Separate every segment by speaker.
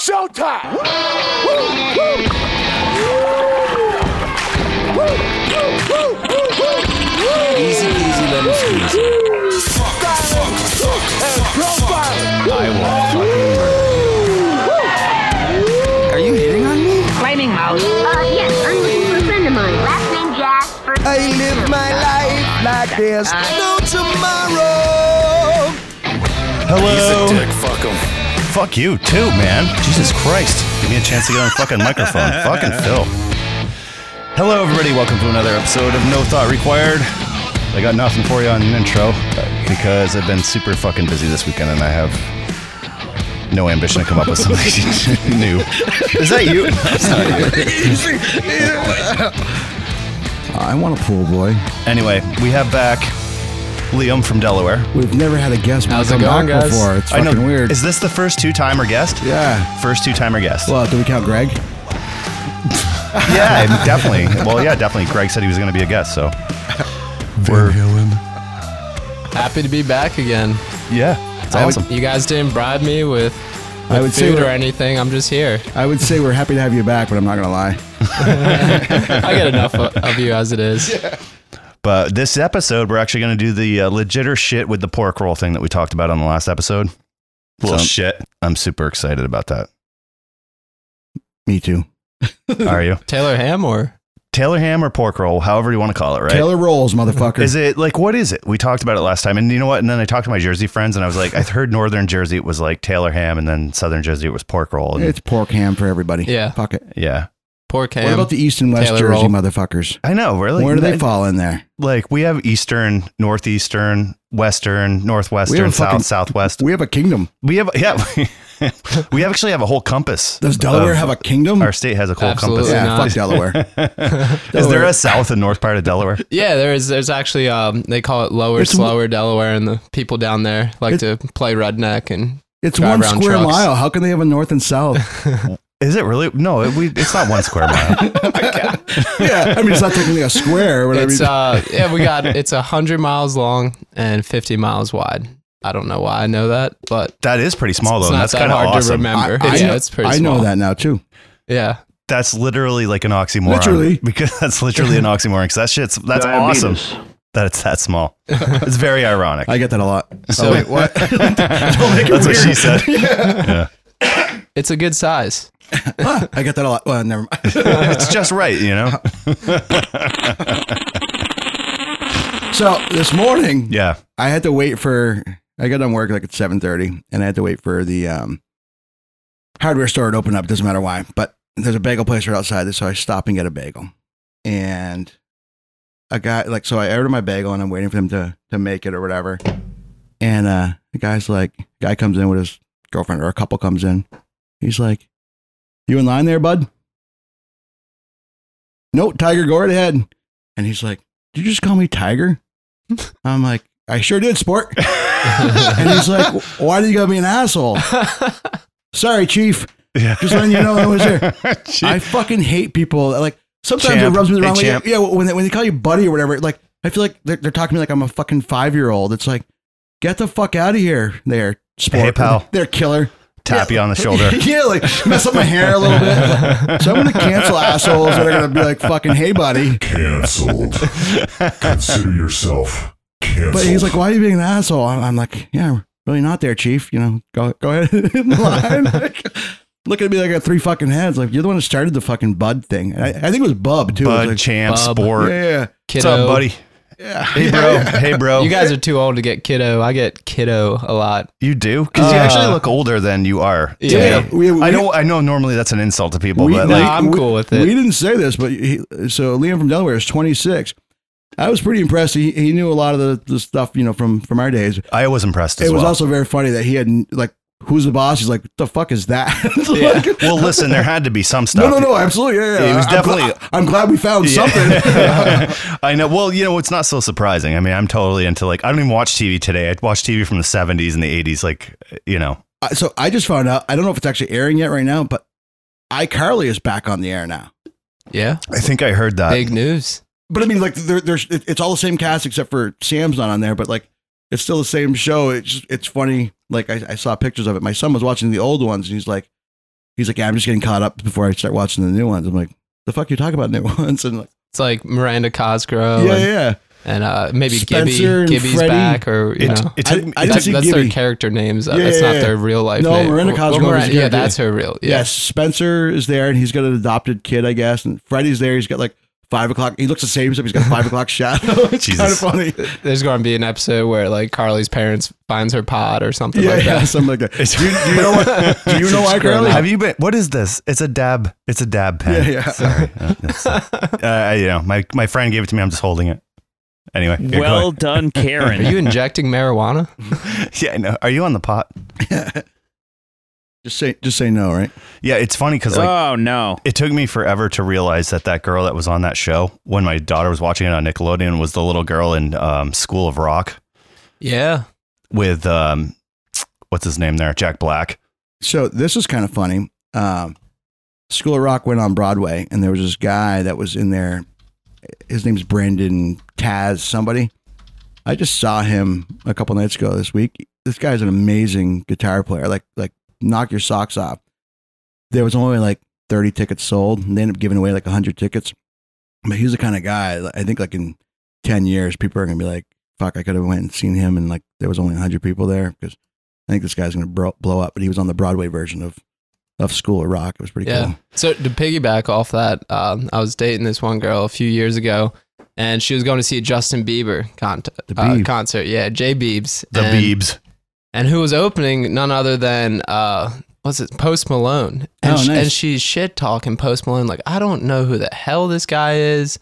Speaker 1: showtime. Woo, woo. Woo. Woo, woo, woo, woo, woo.
Speaker 2: Easy, easy, lemon squeeze.
Speaker 1: And profile.
Speaker 2: I will. Are you hitting on me?
Speaker 3: Flaming Mouse.
Speaker 4: Uh, yes, I'm looking for a friend of mine. Last name Jazz, first
Speaker 2: I live my life like there's no tomorrow.
Speaker 5: Hello.
Speaker 6: He's a dick. Fuck him.
Speaker 5: Fuck you too, man. Jesus Christ. Give me a chance to get on the fucking microphone. fucking Phil. Hello, everybody. Welcome to another episode of No Thought Required. I got nothing for you on an intro uh, because I've been super fucking busy this weekend and I have no ambition to come up with something new. Is that you? That's not
Speaker 7: I want a pool boy.
Speaker 5: you. Anyway, we have back Liam from Delaware.
Speaker 7: We've never had a guest
Speaker 2: How's
Speaker 7: come
Speaker 2: it going,
Speaker 7: back
Speaker 2: guys?
Speaker 7: before. It's
Speaker 5: I
Speaker 7: fucking
Speaker 5: know.
Speaker 7: weird.
Speaker 5: Is this the first two timer guest?
Speaker 7: yeah.
Speaker 5: First two timer guest.
Speaker 7: Well, do we count Greg?
Speaker 5: yeah, and definitely. Well, yeah, definitely. Greg said he was going to be a guest, so we're
Speaker 8: Happy to be back again.
Speaker 5: yeah, it's
Speaker 8: I-
Speaker 5: awesome.
Speaker 8: You guys didn't bribe me with, with
Speaker 7: I would say
Speaker 8: food or
Speaker 7: we're-
Speaker 8: anything. I'm just here.
Speaker 7: I would say we're happy to have you back, but I'm not gonna lie.
Speaker 8: I get enough o- of you as it is.
Speaker 5: But this episode, we're actually going to do the uh, legit or shit with the pork roll thing that we talked about on the last episode.
Speaker 6: Little
Speaker 5: So-
Speaker 6: shit.
Speaker 5: I'm super excited about that.
Speaker 7: Me too.
Speaker 5: Are you
Speaker 8: Taylor Ham or
Speaker 5: Taylor ham or pork roll, however you want to call it, right?
Speaker 7: Taylor rolls, motherfucker.
Speaker 5: Is it like what is it? We talked about it last time, and you know what? And then I talked to my Jersey friends, and I was like, I heard Northern Jersey it was like Taylor ham, and then Southern Jersey it was pork roll. And
Speaker 7: It's pork ham for everybody.
Speaker 8: Yeah.
Speaker 7: Fuck it.
Speaker 5: yeah,
Speaker 8: pork ham?
Speaker 7: What about the East and West
Speaker 8: Taylor
Speaker 7: Jersey
Speaker 8: roll.
Speaker 7: motherfuckers?
Speaker 5: I know. Really,
Speaker 7: Where do they
Speaker 5: That-
Speaker 7: fall in there?
Speaker 5: like we have eastern, northeastern, western,
Speaker 7: We have
Speaker 5: northwestern,
Speaker 7: a
Speaker 5: south,
Speaker 7: fucking-
Speaker 5: southwest.
Speaker 7: We have a kingdom.
Speaker 5: We have yeah, we actually have a whole compass.
Speaker 7: Does Delaware
Speaker 5: of-
Speaker 7: have a kingdom?
Speaker 5: Our state has a whole
Speaker 8: Absolutely
Speaker 5: compass.
Speaker 7: yeah,
Speaker 8: not.
Speaker 7: fuck Delaware.
Speaker 5: Is there a south and north part of Delaware?
Speaker 8: Yeah, there is. There's actually um, they call it lower,
Speaker 7: It's-
Speaker 8: slower Delaware, and the people down there like to play redneck and
Speaker 7: It's
Speaker 8: Drive
Speaker 7: one
Speaker 8: around
Speaker 7: square
Speaker 8: trucks.
Speaker 7: mile. How can they have a north and south?
Speaker 5: Is it really? No, it, we, it's not one square mile.
Speaker 7: yeah, I mean it's not technically a square. But I
Speaker 8: it's
Speaker 7: mean-
Speaker 8: uh yeah we got it's a hundred miles long and fifty miles wide. I don't know why I know that, but
Speaker 5: That is pretty small though.
Speaker 8: it's
Speaker 5: and
Speaker 8: not
Speaker 5: that's
Speaker 8: that
Speaker 5: kind of
Speaker 8: hard to
Speaker 5: awesome.
Speaker 8: remember.
Speaker 7: I,
Speaker 8: yeah,
Speaker 7: know-
Speaker 8: it's pretty.
Speaker 7: I
Speaker 8: small.
Speaker 7: know that now too.
Speaker 8: Yeah,
Speaker 5: That's literally like an oxymoron.
Speaker 7: Literally.
Speaker 5: because that's literally an oxymoron. Because that shit's that's awesome. That it's that small. It's very ironic.
Speaker 7: I get that a lot.
Speaker 8: So-
Speaker 7: oh, wait, what?
Speaker 5: that's what she said.
Speaker 8: it's a good size.
Speaker 7: Ah, I get that a lot. Well, never mind.
Speaker 5: it's just right, you know.
Speaker 7: So this morning,
Speaker 5: Yeah.
Speaker 7: I had to wait for. I got done work like at seven thirty, and I had to wait for the um, hardware store to open up. Doesn't matter why, but there's a bagel place right outside, so I stop and get a bagel. And a guy like so, I order my bagel, and I'm waiting for them to to make it or whatever. And uh, the guy's like, guy comes in with his girlfriend or a couple comes in. He's like, "You in line there, bud?" Nope, Tiger, go right ahead. And he's like, "Did you just call me Tiger?" I'm like, I sure did, sport. and he's like, Why do you gotta be an asshole? Sorry, chief.
Speaker 5: Yeah.
Speaker 7: Just letting you know I was there.
Speaker 5: She-
Speaker 7: I fucking hate people. Like sometimes
Speaker 5: Champ.
Speaker 7: it rubs me the
Speaker 5: Hey,
Speaker 7: wrong way.
Speaker 5: champ.
Speaker 7: Yeah, when they, when they call you buddy or whatever, like I feel like they're, they're talking to me like I'm a fucking five year old. It's like, get the fuck out of here, there, sport.
Speaker 5: Hey, pal.
Speaker 7: They're killer.
Speaker 5: tap you on the shoulder.
Speaker 7: yeah, like mess up my hair a little bit. So I'm gonna cancel assholes that are gonna be like fucking, hey, buddy.
Speaker 9: canceled. Consider yourself canceled.
Speaker 7: But he's like, "Why are you being an asshole?" I'm, I'm like, "Yeah, I'm really not there, chief. You know, go go ahead in line." Like, Look at me like I got three fucking heads. Like you're the one who started the fucking bud thing. And I, I think it was Bub too. It was
Speaker 5: Bud
Speaker 7: like,
Speaker 5: champ
Speaker 8: Bub.
Speaker 5: sport.
Speaker 7: yeah, yeah,
Speaker 5: What's
Speaker 8: Kiddo,
Speaker 5: up, buddy?
Speaker 7: yeah.
Speaker 5: Hey, bro. Hey, bro.
Speaker 8: You guys are too old to get kiddo. I get kiddo a lot.
Speaker 5: You do because you
Speaker 8: Uh,
Speaker 5: actually look older than you are. to
Speaker 8: Yeah.
Speaker 5: me.
Speaker 7: We- we-
Speaker 5: I know. I know. Normally that's an insult to people,
Speaker 7: We-
Speaker 5: but
Speaker 8: No,
Speaker 5: like,
Speaker 8: I'm cool with
Speaker 7: We
Speaker 8: it.
Speaker 7: didn't say this, but he, so Liam from Delaware is 26. I was pretty impressed. He, he knew a lot of the, the stuff you know from from our days.
Speaker 5: I was impressed as
Speaker 7: it was
Speaker 5: well.
Speaker 7: also very funny that he had like, "Who's the boss?" He's like, "What the fuck is that?" Like,
Speaker 5: well, listen, there had to be some
Speaker 7: no,
Speaker 5: stuff.
Speaker 7: no, no, absolutely. Yeah, yeah.
Speaker 5: It was
Speaker 7: I'm gl-
Speaker 5: definitely-
Speaker 7: I'm glad we found something.
Speaker 5: I know. Well, you know, it's not so surprising. I mean, I'm totally into like I don't even watch TV today. I watch TV from the 70s and the 80s. Like, you know,
Speaker 7: I- Uh, so I just found out. I don't know if it's actually airing yet right now, but iCarly is back on the air now.
Speaker 8: Yeah,
Speaker 5: I think I heard that.
Speaker 8: big news.
Speaker 7: But I mean, like, there, there's it- it's all the same cast except for Sam's not on there. But like, it's still the same show. It's just- it's funny. Like I, I saw pictures of it. My son was watching the old ones, and he's like, He's like, yeah, I'm just getting caught up before I start watching the new ones. I'm like, the fuck you talk about new ones? And like,
Speaker 8: It's like Miranda
Speaker 5: Oh,
Speaker 8: Cosgrove
Speaker 7: yeah,
Speaker 8: and,
Speaker 7: yeah.
Speaker 8: and, uh, maybe
Speaker 7: Spencer
Speaker 8: Gibby.
Speaker 7: and
Speaker 8: Gibby's
Speaker 7: Freddie.
Speaker 8: back, or you
Speaker 5: It,
Speaker 8: know,
Speaker 5: it
Speaker 7: I-
Speaker 5: took, it
Speaker 7: I didn't
Speaker 5: took-
Speaker 8: that's,
Speaker 7: see
Speaker 8: that's their
Speaker 7: Gibby.
Speaker 8: character names. uh,
Speaker 7: Yeah,
Speaker 8: that's
Speaker 7: yeah,
Speaker 8: not
Speaker 7: yeah.
Speaker 8: their real life.
Speaker 7: No,
Speaker 8: name.
Speaker 7: Miranda
Speaker 8: Well,
Speaker 7: Cosgrove is
Speaker 8: Miranda- yeah,
Speaker 7: character.
Speaker 8: that's her real. Yeah.
Speaker 7: Yes, Spencer is there, and he's got an adopted kid, I guess. And Freddy's there. He's got like five o'clock. He looks the same, except he's got five o'clock shadow. It's kind of
Speaker 5: Jesus.
Speaker 7: funny.
Speaker 8: There's going to be an episode where like Carly's parents finds her pod or something
Speaker 7: Yeah,
Speaker 8: like
Speaker 7: yeah,
Speaker 8: that.
Speaker 7: something like that. Do you, do you know why? Do you know why, Carly?
Speaker 5: Have you been? What is this? It's a dab. It's a dab pen.
Speaker 7: Yeah, yeah.
Speaker 5: Sorry. Uh, that's, uh, uh, you know, my my friend gave it to me. I'm just holding it. Anyway. yeah, go
Speaker 3: Well
Speaker 5: ahead.
Speaker 3: done,
Speaker 8: Are
Speaker 3: Karen.
Speaker 8: you injecting marijuana?
Speaker 5: Yeah, I know. Are you on the pot?
Speaker 7: Just say, just say no, right?
Speaker 5: Yeah, it's funny because
Speaker 8: Uh.
Speaker 5: like
Speaker 3: oh no.
Speaker 5: it took me forever to realize that that girl that was on that show when my daughter was watching it on Nickelodeon was the little girl in um, School of Rock
Speaker 8: Yeah.
Speaker 5: with um, what's his name there, Jack Black.
Speaker 7: So this is kind of funny. Um, School of Rock went on Broadway, and there was this guy that was in there. His name's Brandon Taz, somebody. I just saw him a couple nights ago this week. This guy's an amazing guitar player. Like, like knock your socks off. There was only like 30 tickets sold, and they ended up giving away like 100 tickets. But he's the kind of guy. like, I think like in 10 years, people are gonna be like, "Fuck, I could have went and seen him," and like there was only 100 people there because I think this guy's gonna bro- blow up. But he was on the Broadway version of of School of Rock. It was pretty
Speaker 8: Yeah.
Speaker 7: cool.
Speaker 8: So to piggyback off that, um, I was dating this one girl a few years ago, and she was going to see a Justin Bieber con-
Speaker 7: The
Speaker 8: uh,
Speaker 7: Beeb.
Speaker 8: concert. Yeah, Jay Biebs.
Speaker 5: The
Speaker 8: and,
Speaker 5: Beebs.
Speaker 8: And who was opening none other than uh, what's it? Post Malone. And,
Speaker 7: Oh,
Speaker 8: sh-
Speaker 7: nice.
Speaker 8: and she's shit talking Post Malone like I don't know who the hell this guy is.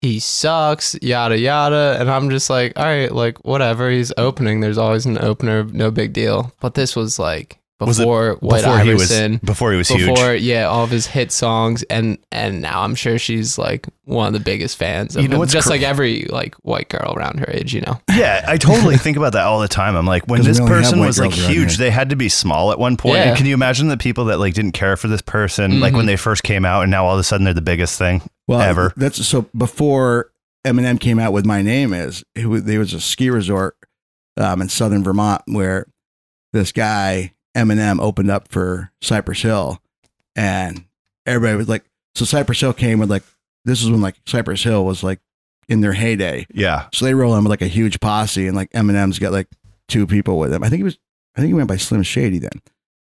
Speaker 8: He sucks, yada yada, and I'm just like, all right, like whatever. He's opening. There's always an opener, no big deal. But this was like
Speaker 5: Was it
Speaker 8: before White
Speaker 5: before
Speaker 8: Iverson
Speaker 5: he was before he was
Speaker 8: before
Speaker 5: huge.
Speaker 8: yeah all of his hit songs and and now i'm sure she's like one of the biggest fans of
Speaker 5: You know
Speaker 8: him
Speaker 5: what's
Speaker 8: just
Speaker 5: cra-
Speaker 8: like every like white girl around her age you know
Speaker 5: Yeah, I totally think about that all the time. I'm like, when
Speaker 7: 'Cause we
Speaker 5: this
Speaker 7: only have
Speaker 5: person
Speaker 7: white
Speaker 5: was like
Speaker 7: girls around
Speaker 5: huge,
Speaker 7: here.
Speaker 5: they had to be small at one point.
Speaker 8: Yeah. Mm-hmm.
Speaker 5: And can you imagine the people that like didn't care for this person, like when they first came out, and now all of a sudden they're the biggest thing ever?
Speaker 7: That's so before Eminem came out with "My Name Is." It, wa- there was a ski resort um, in southern Vermont where this guy Eminem opened up for Cypress Hill, and everybody was like, "So Cypress Hill came with like this is when like Cypress Hill was like in their heyday."
Speaker 5: Yeah,
Speaker 7: So they roll in with like a huge posse, and like Eminem's got like two people with him. I think he was. I think he went by Slim Shady then.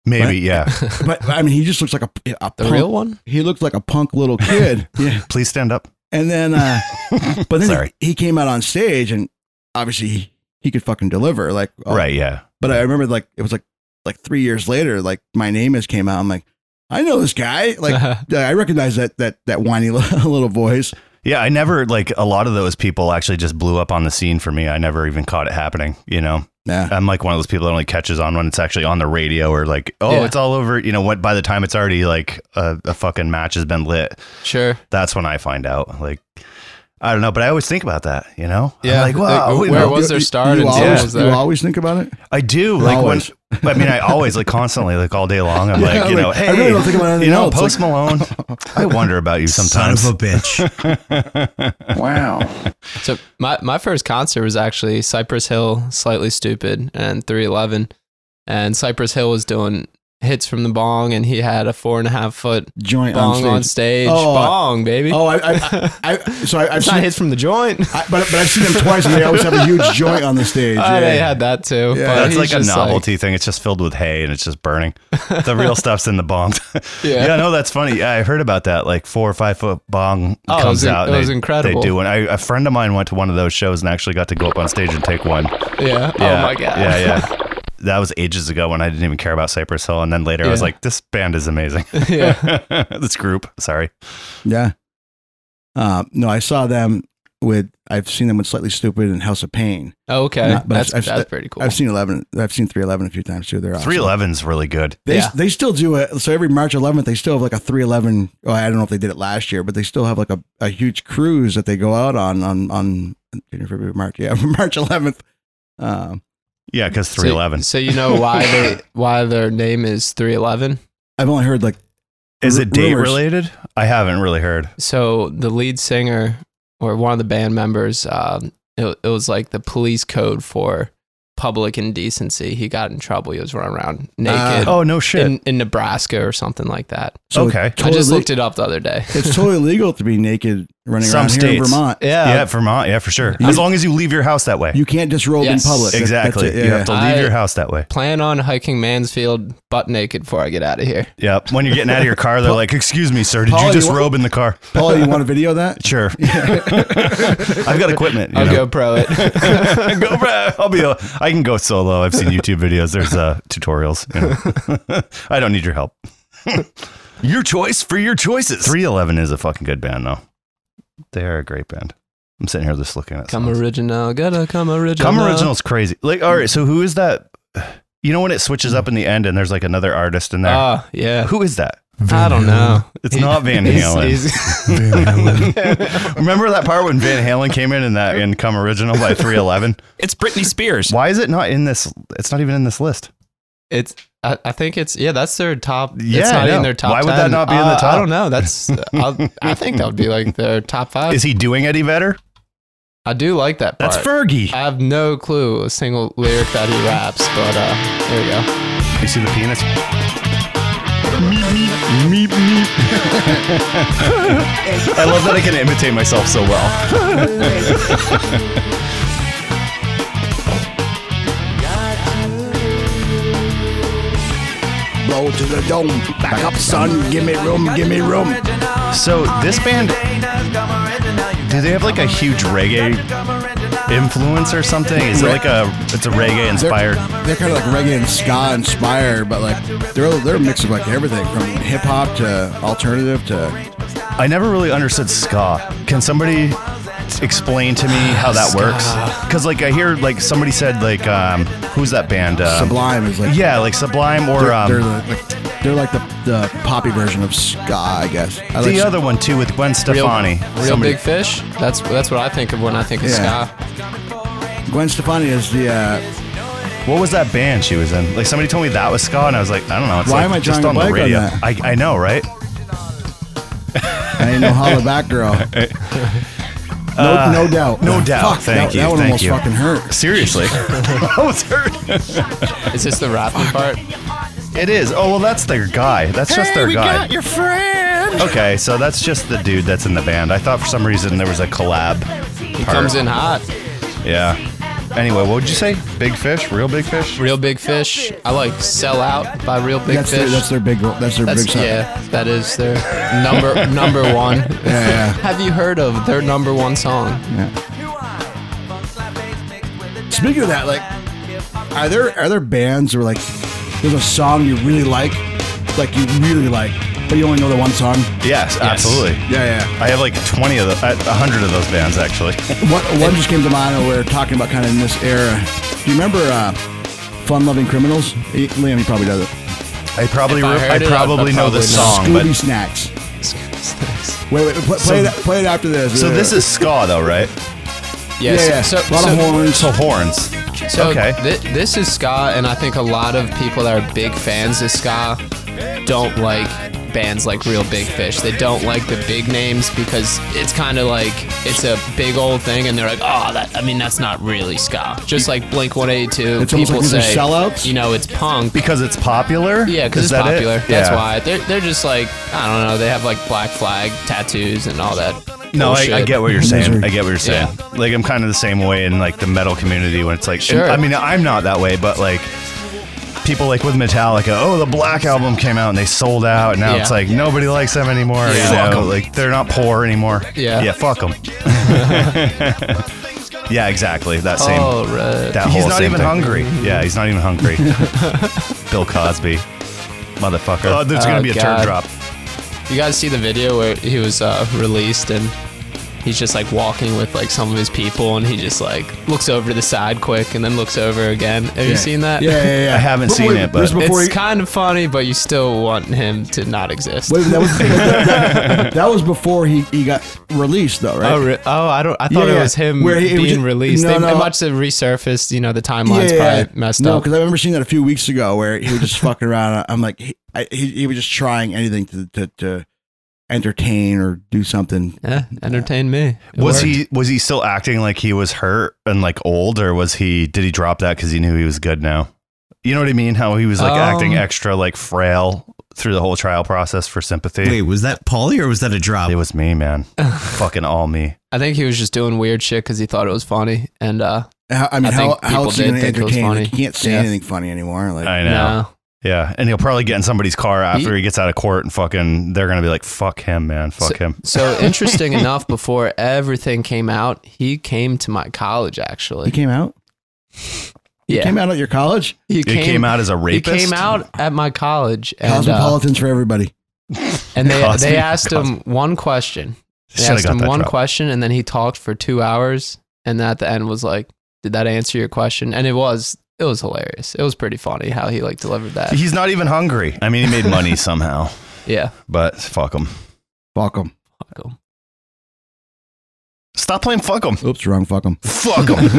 Speaker 5: maybe.
Speaker 7: Right.
Speaker 5: Yeah,
Speaker 7: But I mean, he just looks like a, a
Speaker 8: the
Speaker 7: punk-
Speaker 8: real one
Speaker 7: He looked like a punk little kid. yeah.
Speaker 5: please stand up.
Speaker 7: And then, uh, but then
Speaker 5: Sorry.
Speaker 7: He, he came out on stage, and obviously he, he could fucking deliver. Like oh,
Speaker 5: Right? Yeah.
Speaker 7: But I remember like it was like like three years later, like my name is came out. I'm like, I know this guy. Like I recognize that that that whiny little little voice.
Speaker 5: Yeah, I never like a lot of those people actually just blew up on the scene for me. I never even caught it happening. You know,
Speaker 7: Yeah.
Speaker 5: I'm like one of those people that only catches on when it's actually on the radio or like, oh,
Speaker 8: Yeah.
Speaker 5: it's all over. You know, what by the time it's already like a, a fucking match has been lit,
Speaker 8: sure
Speaker 5: that's when I find out. Like, I don't know, but I always think about that. You know, I'm
Speaker 8: Yeah.
Speaker 5: like wow,
Speaker 8: Like,
Speaker 5: we-
Speaker 8: where
Speaker 5: we-
Speaker 8: was their start
Speaker 7: You
Speaker 8: and who
Speaker 7: always,
Speaker 8: was
Speaker 7: you
Speaker 8: there?
Speaker 7: always think about it.
Speaker 5: I do like when.
Speaker 7: Always.
Speaker 5: I mean, I always like constantly like all day long. I'm
Speaker 7: Yeah,
Speaker 5: like, you know,
Speaker 7: like,
Speaker 5: hey,
Speaker 7: I really don't think about anything
Speaker 5: you know,
Speaker 7: else. Like-
Speaker 5: Post Malone. I wonder about you sometimes.
Speaker 6: Son of a bitch.
Speaker 8: so my, my first concert was actually cypress hill slightly stupid and 311 and cypress hill was doing hits from the bong and he had a four and a half foot
Speaker 7: Joint on
Speaker 8: bong
Speaker 7: stage.
Speaker 8: on stage,
Speaker 7: Oh, I-
Speaker 8: bong baby
Speaker 7: Oh, I, I, I, I so I, I've
Speaker 8: it's
Speaker 7: seen
Speaker 8: not hits from the joint
Speaker 7: I, but, but I've seen them twice, and they always have a huge joint on the stage.
Speaker 8: Oh, they
Speaker 7: yeah.
Speaker 8: had that too
Speaker 7: Yeah.
Speaker 8: but
Speaker 5: That's
Speaker 8: he's
Speaker 5: like a
Speaker 8: just
Speaker 5: novelty thing. It's just filled with hay and it's just burning. The real stuff's in the bong.
Speaker 8: Yeah.
Speaker 5: yeah. no, that's funny. Yeah, I heard about that. Like four or five foot bong
Speaker 8: Oh, it
Speaker 5: comes
Speaker 8: was in-
Speaker 5: out.
Speaker 8: it
Speaker 5: and
Speaker 8: was
Speaker 5: they,
Speaker 8: incredible.
Speaker 5: They do. And I, a friend of mine went to one of those shows and actually got to go up on stage and take one.
Speaker 8: yeah.
Speaker 5: Yeah,
Speaker 8: oh my god
Speaker 5: Yeah, yeah. That was ages ago when I didn't even care about Cypress Hill. And then later I was
Speaker 8: Yeah.
Speaker 5: like, this band is amazing.
Speaker 8: yeah
Speaker 5: this group. Sorry.
Speaker 7: Yeah. Uh, no, I saw them with. I've seen them with slightly stupid and House of Pain.
Speaker 8: Okay,
Speaker 7: Not- but
Speaker 8: that's,
Speaker 7: I've- I've-
Speaker 8: that's pretty cool.
Speaker 7: I've seen eleven. I've seen three eleven a few times too. They're awesome.
Speaker 5: 311's really good.
Speaker 7: They
Speaker 8: Yeah.
Speaker 7: they still do it. So every March 11th, they still have like a three eleven. Oh, I don't know if they did it last year, but they still have like a, a huge cruise that they go out on on on January, February, March. Yeah, March 11th. Um,
Speaker 5: Yeah, because
Speaker 8: So-
Speaker 5: 311.
Speaker 8: So, you know why they why their name is three eleven.
Speaker 7: I've only heard like
Speaker 5: is it date
Speaker 7: rumors.
Speaker 5: related? I haven't really heard.
Speaker 8: So the lead singer or one of the band members, um, it, it was like the police code for public indecency. He got in trouble. He was running around naked
Speaker 5: oh no shit.
Speaker 8: in, in Nebraska or something like that.
Speaker 7: So
Speaker 5: Okay. I
Speaker 7: it's Totally,
Speaker 8: I just looked it up the other day.
Speaker 7: it's totally legal to be naked running
Speaker 5: Some
Speaker 7: around here in
Speaker 5: states.
Speaker 7: Vermont.
Speaker 8: uh,
Speaker 5: yeah, Vermont. Yeah, for sure. as long as you leave your house that way.
Speaker 7: You can't disrobe
Speaker 8: Yes.
Speaker 7: in public. That- that's
Speaker 5: exactly.
Speaker 7: it,
Speaker 5: You
Speaker 7: yeah.
Speaker 5: have to leave
Speaker 8: I-
Speaker 5: your house that way.
Speaker 8: Plan on hiking Mansfield butt naked before I get out of here.
Speaker 5: Yeah. When you're getting out of your car, they're like, "Excuse me, sir. Did
Speaker 7: Paul,
Speaker 5: you
Speaker 7: you
Speaker 5: just
Speaker 7: want-
Speaker 5: robe in the car?"
Speaker 7: Paul, you want to video that?
Speaker 5: Sure. I've got equipment. you
Speaker 8: I'll
Speaker 5: know.
Speaker 8: go pro it.
Speaker 5: go bro. I'll be. a- I can go solo. I've seen YouTube videos. There's uh, tutorials. you know. I don't need your help. your choice for your choices. Three Eleven is a fucking good band, though. They are a great band. I'm sitting here just looking at
Speaker 8: come
Speaker 5: songs.
Speaker 8: original, gotta come original.
Speaker 5: Come original's crazy. Like, all right. So who is that? You know when it switches up in the end and there's like another artist in there.
Speaker 8: Ah, yeah.
Speaker 5: who is that?
Speaker 8: I don't know.
Speaker 5: It's not Van
Speaker 8: He's-
Speaker 5: Halen.
Speaker 8: he's-
Speaker 5: Remember that part when Van Halen came in and that and Come Original by 311?
Speaker 3: It's Britney Spears.
Speaker 5: Why is it not in this? It's not even in this list.
Speaker 8: it's. I, I think it's yeah. That's their top.
Speaker 5: Yeah,
Speaker 8: it's
Speaker 5: I
Speaker 8: not
Speaker 5: know.
Speaker 8: in their top.
Speaker 5: Why would that
Speaker 8: 10.
Speaker 5: not be in the
Speaker 8: Uh,
Speaker 5: top?
Speaker 8: I don't know. That's. uh, I'll, I think that would be like their top five.
Speaker 5: Is he doing Eddie Vedder?
Speaker 8: I do like that part.
Speaker 5: That's Fergie.
Speaker 8: I have no clue a single lyric that he raps, but uh, there you go.
Speaker 5: You see the penis? I love that I can imitate myself so well.
Speaker 7: Blow to the dome. Back up, son. Give me room. Give me room.
Speaker 5: So this band, do they have like a huge reggae influence or something? Is it like a it's a reggae inspired?
Speaker 7: They're kind of like reggae and ska inspired, but like they're they're a mix of like everything from hip hop to alternative to.
Speaker 5: I never really understood ska. Can somebody explain to me how that works? Because like I hear like somebody said like um who's that band? Um,
Speaker 7: Sublime is like
Speaker 5: Yeah, like Sublime or
Speaker 7: They're,
Speaker 5: um,
Speaker 7: they're, the, like, they're like the, the poppy version of ska, I guess. I like
Speaker 5: the other one too with Gwen Stefani.
Speaker 8: Real
Speaker 5: Somebody-
Speaker 8: big fish. That's that's what I think of when I think of
Speaker 7: Yeah.
Speaker 8: ska.
Speaker 7: Gwen Stefani is the. Uh,
Speaker 5: What was that band she was in? Like somebody told me that was ska, and I was like, I don't know. It's
Speaker 7: Why
Speaker 5: like
Speaker 7: am I
Speaker 5: just
Speaker 7: drawing a
Speaker 5: on the
Speaker 7: blank on
Speaker 5: radio.
Speaker 7: that?
Speaker 5: I, I know, right?
Speaker 7: I ain't no holla back girl. No, no doubt.
Speaker 5: Uh, no doubt.
Speaker 7: Fuck,
Speaker 5: Thank
Speaker 7: that,
Speaker 5: you,
Speaker 7: That one
Speaker 5: thank
Speaker 7: almost
Speaker 5: you.
Speaker 7: fucking hurt.
Speaker 5: Seriously, I was hurt.
Speaker 8: Is this the rapping part?
Speaker 5: It is. Oh well, that's their guy. That's just their guy.
Speaker 1: your friend.
Speaker 5: okay, so that's just the dude that's in the band. I thought for some reason there was a collab.
Speaker 8: He comes in hot.
Speaker 5: Yeah. Anyway, what would you say? Big fish, real big fish.
Speaker 8: Real big fish. I like sell out by real big
Speaker 7: That's
Speaker 8: fish.
Speaker 7: their, that's their big. That's their
Speaker 8: That's-
Speaker 7: big song.
Speaker 8: yeah, that is their number number one.
Speaker 7: yeah.
Speaker 8: Have you heard of their number one song?
Speaker 7: Speaking of that, like, are there are there bands where like there's a song you really like, like you really like, but you only know the one song?
Speaker 5: Yes, absolutely.
Speaker 7: Yeah, yeah.
Speaker 5: I have like 20 of the, uh, 100 of those bands actually.
Speaker 7: What one just came to mind? and We're talking about kind of in this era. Do you remember uh, "Fun Loving Criminals"? Eh, Liam, he probably does it.
Speaker 5: I probably
Speaker 8: If I
Speaker 5: re-
Speaker 8: heard
Speaker 5: I,
Speaker 8: it, I'd
Speaker 5: probably know
Speaker 8: probably know.
Speaker 5: the song,
Speaker 7: Scooby
Speaker 5: but
Speaker 7: Snacks. Wait, wait, pl- play, it, play it after this.
Speaker 5: so
Speaker 7: Yeah.
Speaker 5: this is ska though, right?
Speaker 7: yeah,
Speaker 8: Yes.
Speaker 7: yeah.
Speaker 8: So,
Speaker 7: a lot
Speaker 8: so-
Speaker 7: of horns.
Speaker 5: So horns.
Speaker 8: So
Speaker 5: Okay.
Speaker 8: thi- this is ska, and I think a lot of people that are big fans of ska don't like bands like Real Big Fish. They don't like the big names because it's kind of like it's a big old thing, and they're like, oh, that. I mean, that's not really ska. Just like Blink 182,
Speaker 7: It's almost
Speaker 8: people
Speaker 7: like these are
Speaker 8: say
Speaker 7: sellouts?
Speaker 8: You know, it's punk.
Speaker 5: Because it's popular.
Speaker 8: Yeah,
Speaker 5: Is
Speaker 8: because it's
Speaker 5: that it?
Speaker 8: popular. That's
Speaker 5: Yeah.
Speaker 8: why they're they're just like I don't know. They have like black flag tattoos and all that.
Speaker 5: No, I, I
Speaker 8: bullshit.
Speaker 5: get what you're saying. I get what you're
Speaker 8: Yeah.
Speaker 5: saying. Like I'm kind of the same way in like the metal community when it's like, and-
Speaker 8: Sure.
Speaker 5: I mean, I'm not that way, but like people like with Metallica, oh, the Black album came out and they sold out, and now
Speaker 8: Yeah.
Speaker 5: it's like nobody likes them anymore. you
Speaker 8: Fuck
Speaker 5: know, Like they're not poor anymore.
Speaker 8: Yeah.
Speaker 5: yeah, fuck them. yeah, exactly. That same.
Speaker 8: All right.
Speaker 5: That
Speaker 7: He's
Speaker 5: whole
Speaker 7: not
Speaker 5: same
Speaker 7: even
Speaker 5: thing.
Speaker 7: hungry.
Speaker 5: Yeah, he's not even hungry. Bill Cosby, motherfucker. Oh, there's gonna
Speaker 8: Oh,
Speaker 5: be a
Speaker 8: God.
Speaker 5: turd drop.
Speaker 8: You guys see the video where he was uh, released and he's just like walking with like some of his people and he just like looks over to the side quick and then looks over again. Have you seen that?
Speaker 7: Yeah, yeah, yeah.
Speaker 5: I haven't
Speaker 7: But
Speaker 5: seen
Speaker 7: wait,
Speaker 5: it, but-
Speaker 7: this is before
Speaker 8: It's
Speaker 7: he-
Speaker 8: kind of funny, but you still want him to not exist.
Speaker 7: Wait, that was that, that was before he, he got released though, right?
Speaker 8: Oh, re- oh, I don't. I thought
Speaker 7: Yeah,
Speaker 8: it was
Speaker 7: yeah.
Speaker 8: him
Speaker 7: Where he- it
Speaker 8: being
Speaker 7: was ju-
Speaker 8: released.
Speaker 7: No,
Speaker 8: they,
Speaker 7: no.
Speaker 8: It must have resurfaced. You know, the timeline's probably messed
Speaker 7: no,
Speaker 8: up.
Speaker 7: because I remember seeing that a few weeks ago where he was just fucking around. I'm like, he, I, he, he was just trying anything to to, to entertain or do something.
Speaker 8: Yeah, entertain me. It
Speaker 5: was
Speaker 8: worked.
Speaker 5: he was he still acting like he was hurt and like old, or was he did he drop that because he knew he was good now? You know what I mean? How he was like acting
Speaker 8: Um,
Speaker 5: extra like frail through the whole trial process for sympathy.
Speaker 3: Wait, was that Polly or was that a drop?
Speaker 5: It was me, man. Fucking all me.
Speaker 8: I think he was just doing weird shit because he thought it was funny. And uh,
Speaker 7: How, I
Speaker 8: I
Speaker 7: mean, how,
Speaker 8: think
Speaker 7: how
Speaker 8: people
Speaker 7: else are
Speaker 8: did
Speaker 7: you going to
Speaker 8: think it was
Speaker 7: entertain?
Speaker 8: funny.
Speaker 7: Like, you can't say
Speaker 8: Yeah.
Speaker 7: anything funny anymore. Like,
Speaker 5: I know.
Speaker 8: no,
Speaker 5: Yeah, and he'll probably get in somebody's car after he, gets out of court, and fucking they're gonna be like, "Fuck him, man, fuck him."
Speaker 8: So interesting enough, before everything came out, he came to my college actually.
Speaker 7: he came out.
Speaker 8: yeah,
Speaker 7: Came out at your college.
Speaker 8: he
Speaker 5: He came out as a
Speaker 8: He
Speaker 5: rapist.
Speaker 8: came out at my college, and, uh,
Speaker 7: Cosmopolitans for everybody.
Speaker 8: and they
Speaker 5: Cosby-
Speaker 8: they asked him one question. They
Speaker 5: Shoulda
Speaker 8: asked
Speaker 5: got
Speaker 8: him
Speaker 5: that
Speaker 8: one
Speaker 5: drop.
Speaker 8: question, and then he talked for two hours, and then at the end was like, "Did that answer your question?" And it was it was hilarious. It was pretty funny how he like delivered that.
Speaker 5: He's not even hungry. I mean, he made money somehow,
Speaker 8: Yeah,
Speaker 5: but fuck him.
Speaker 7: Fuck them.
Speaker 8: fuck him.
Speaker 5: Stop playing. Fuck him.
Speaker 7: Oops, wrong. Fuck them.
Speaker 5: Fuck them.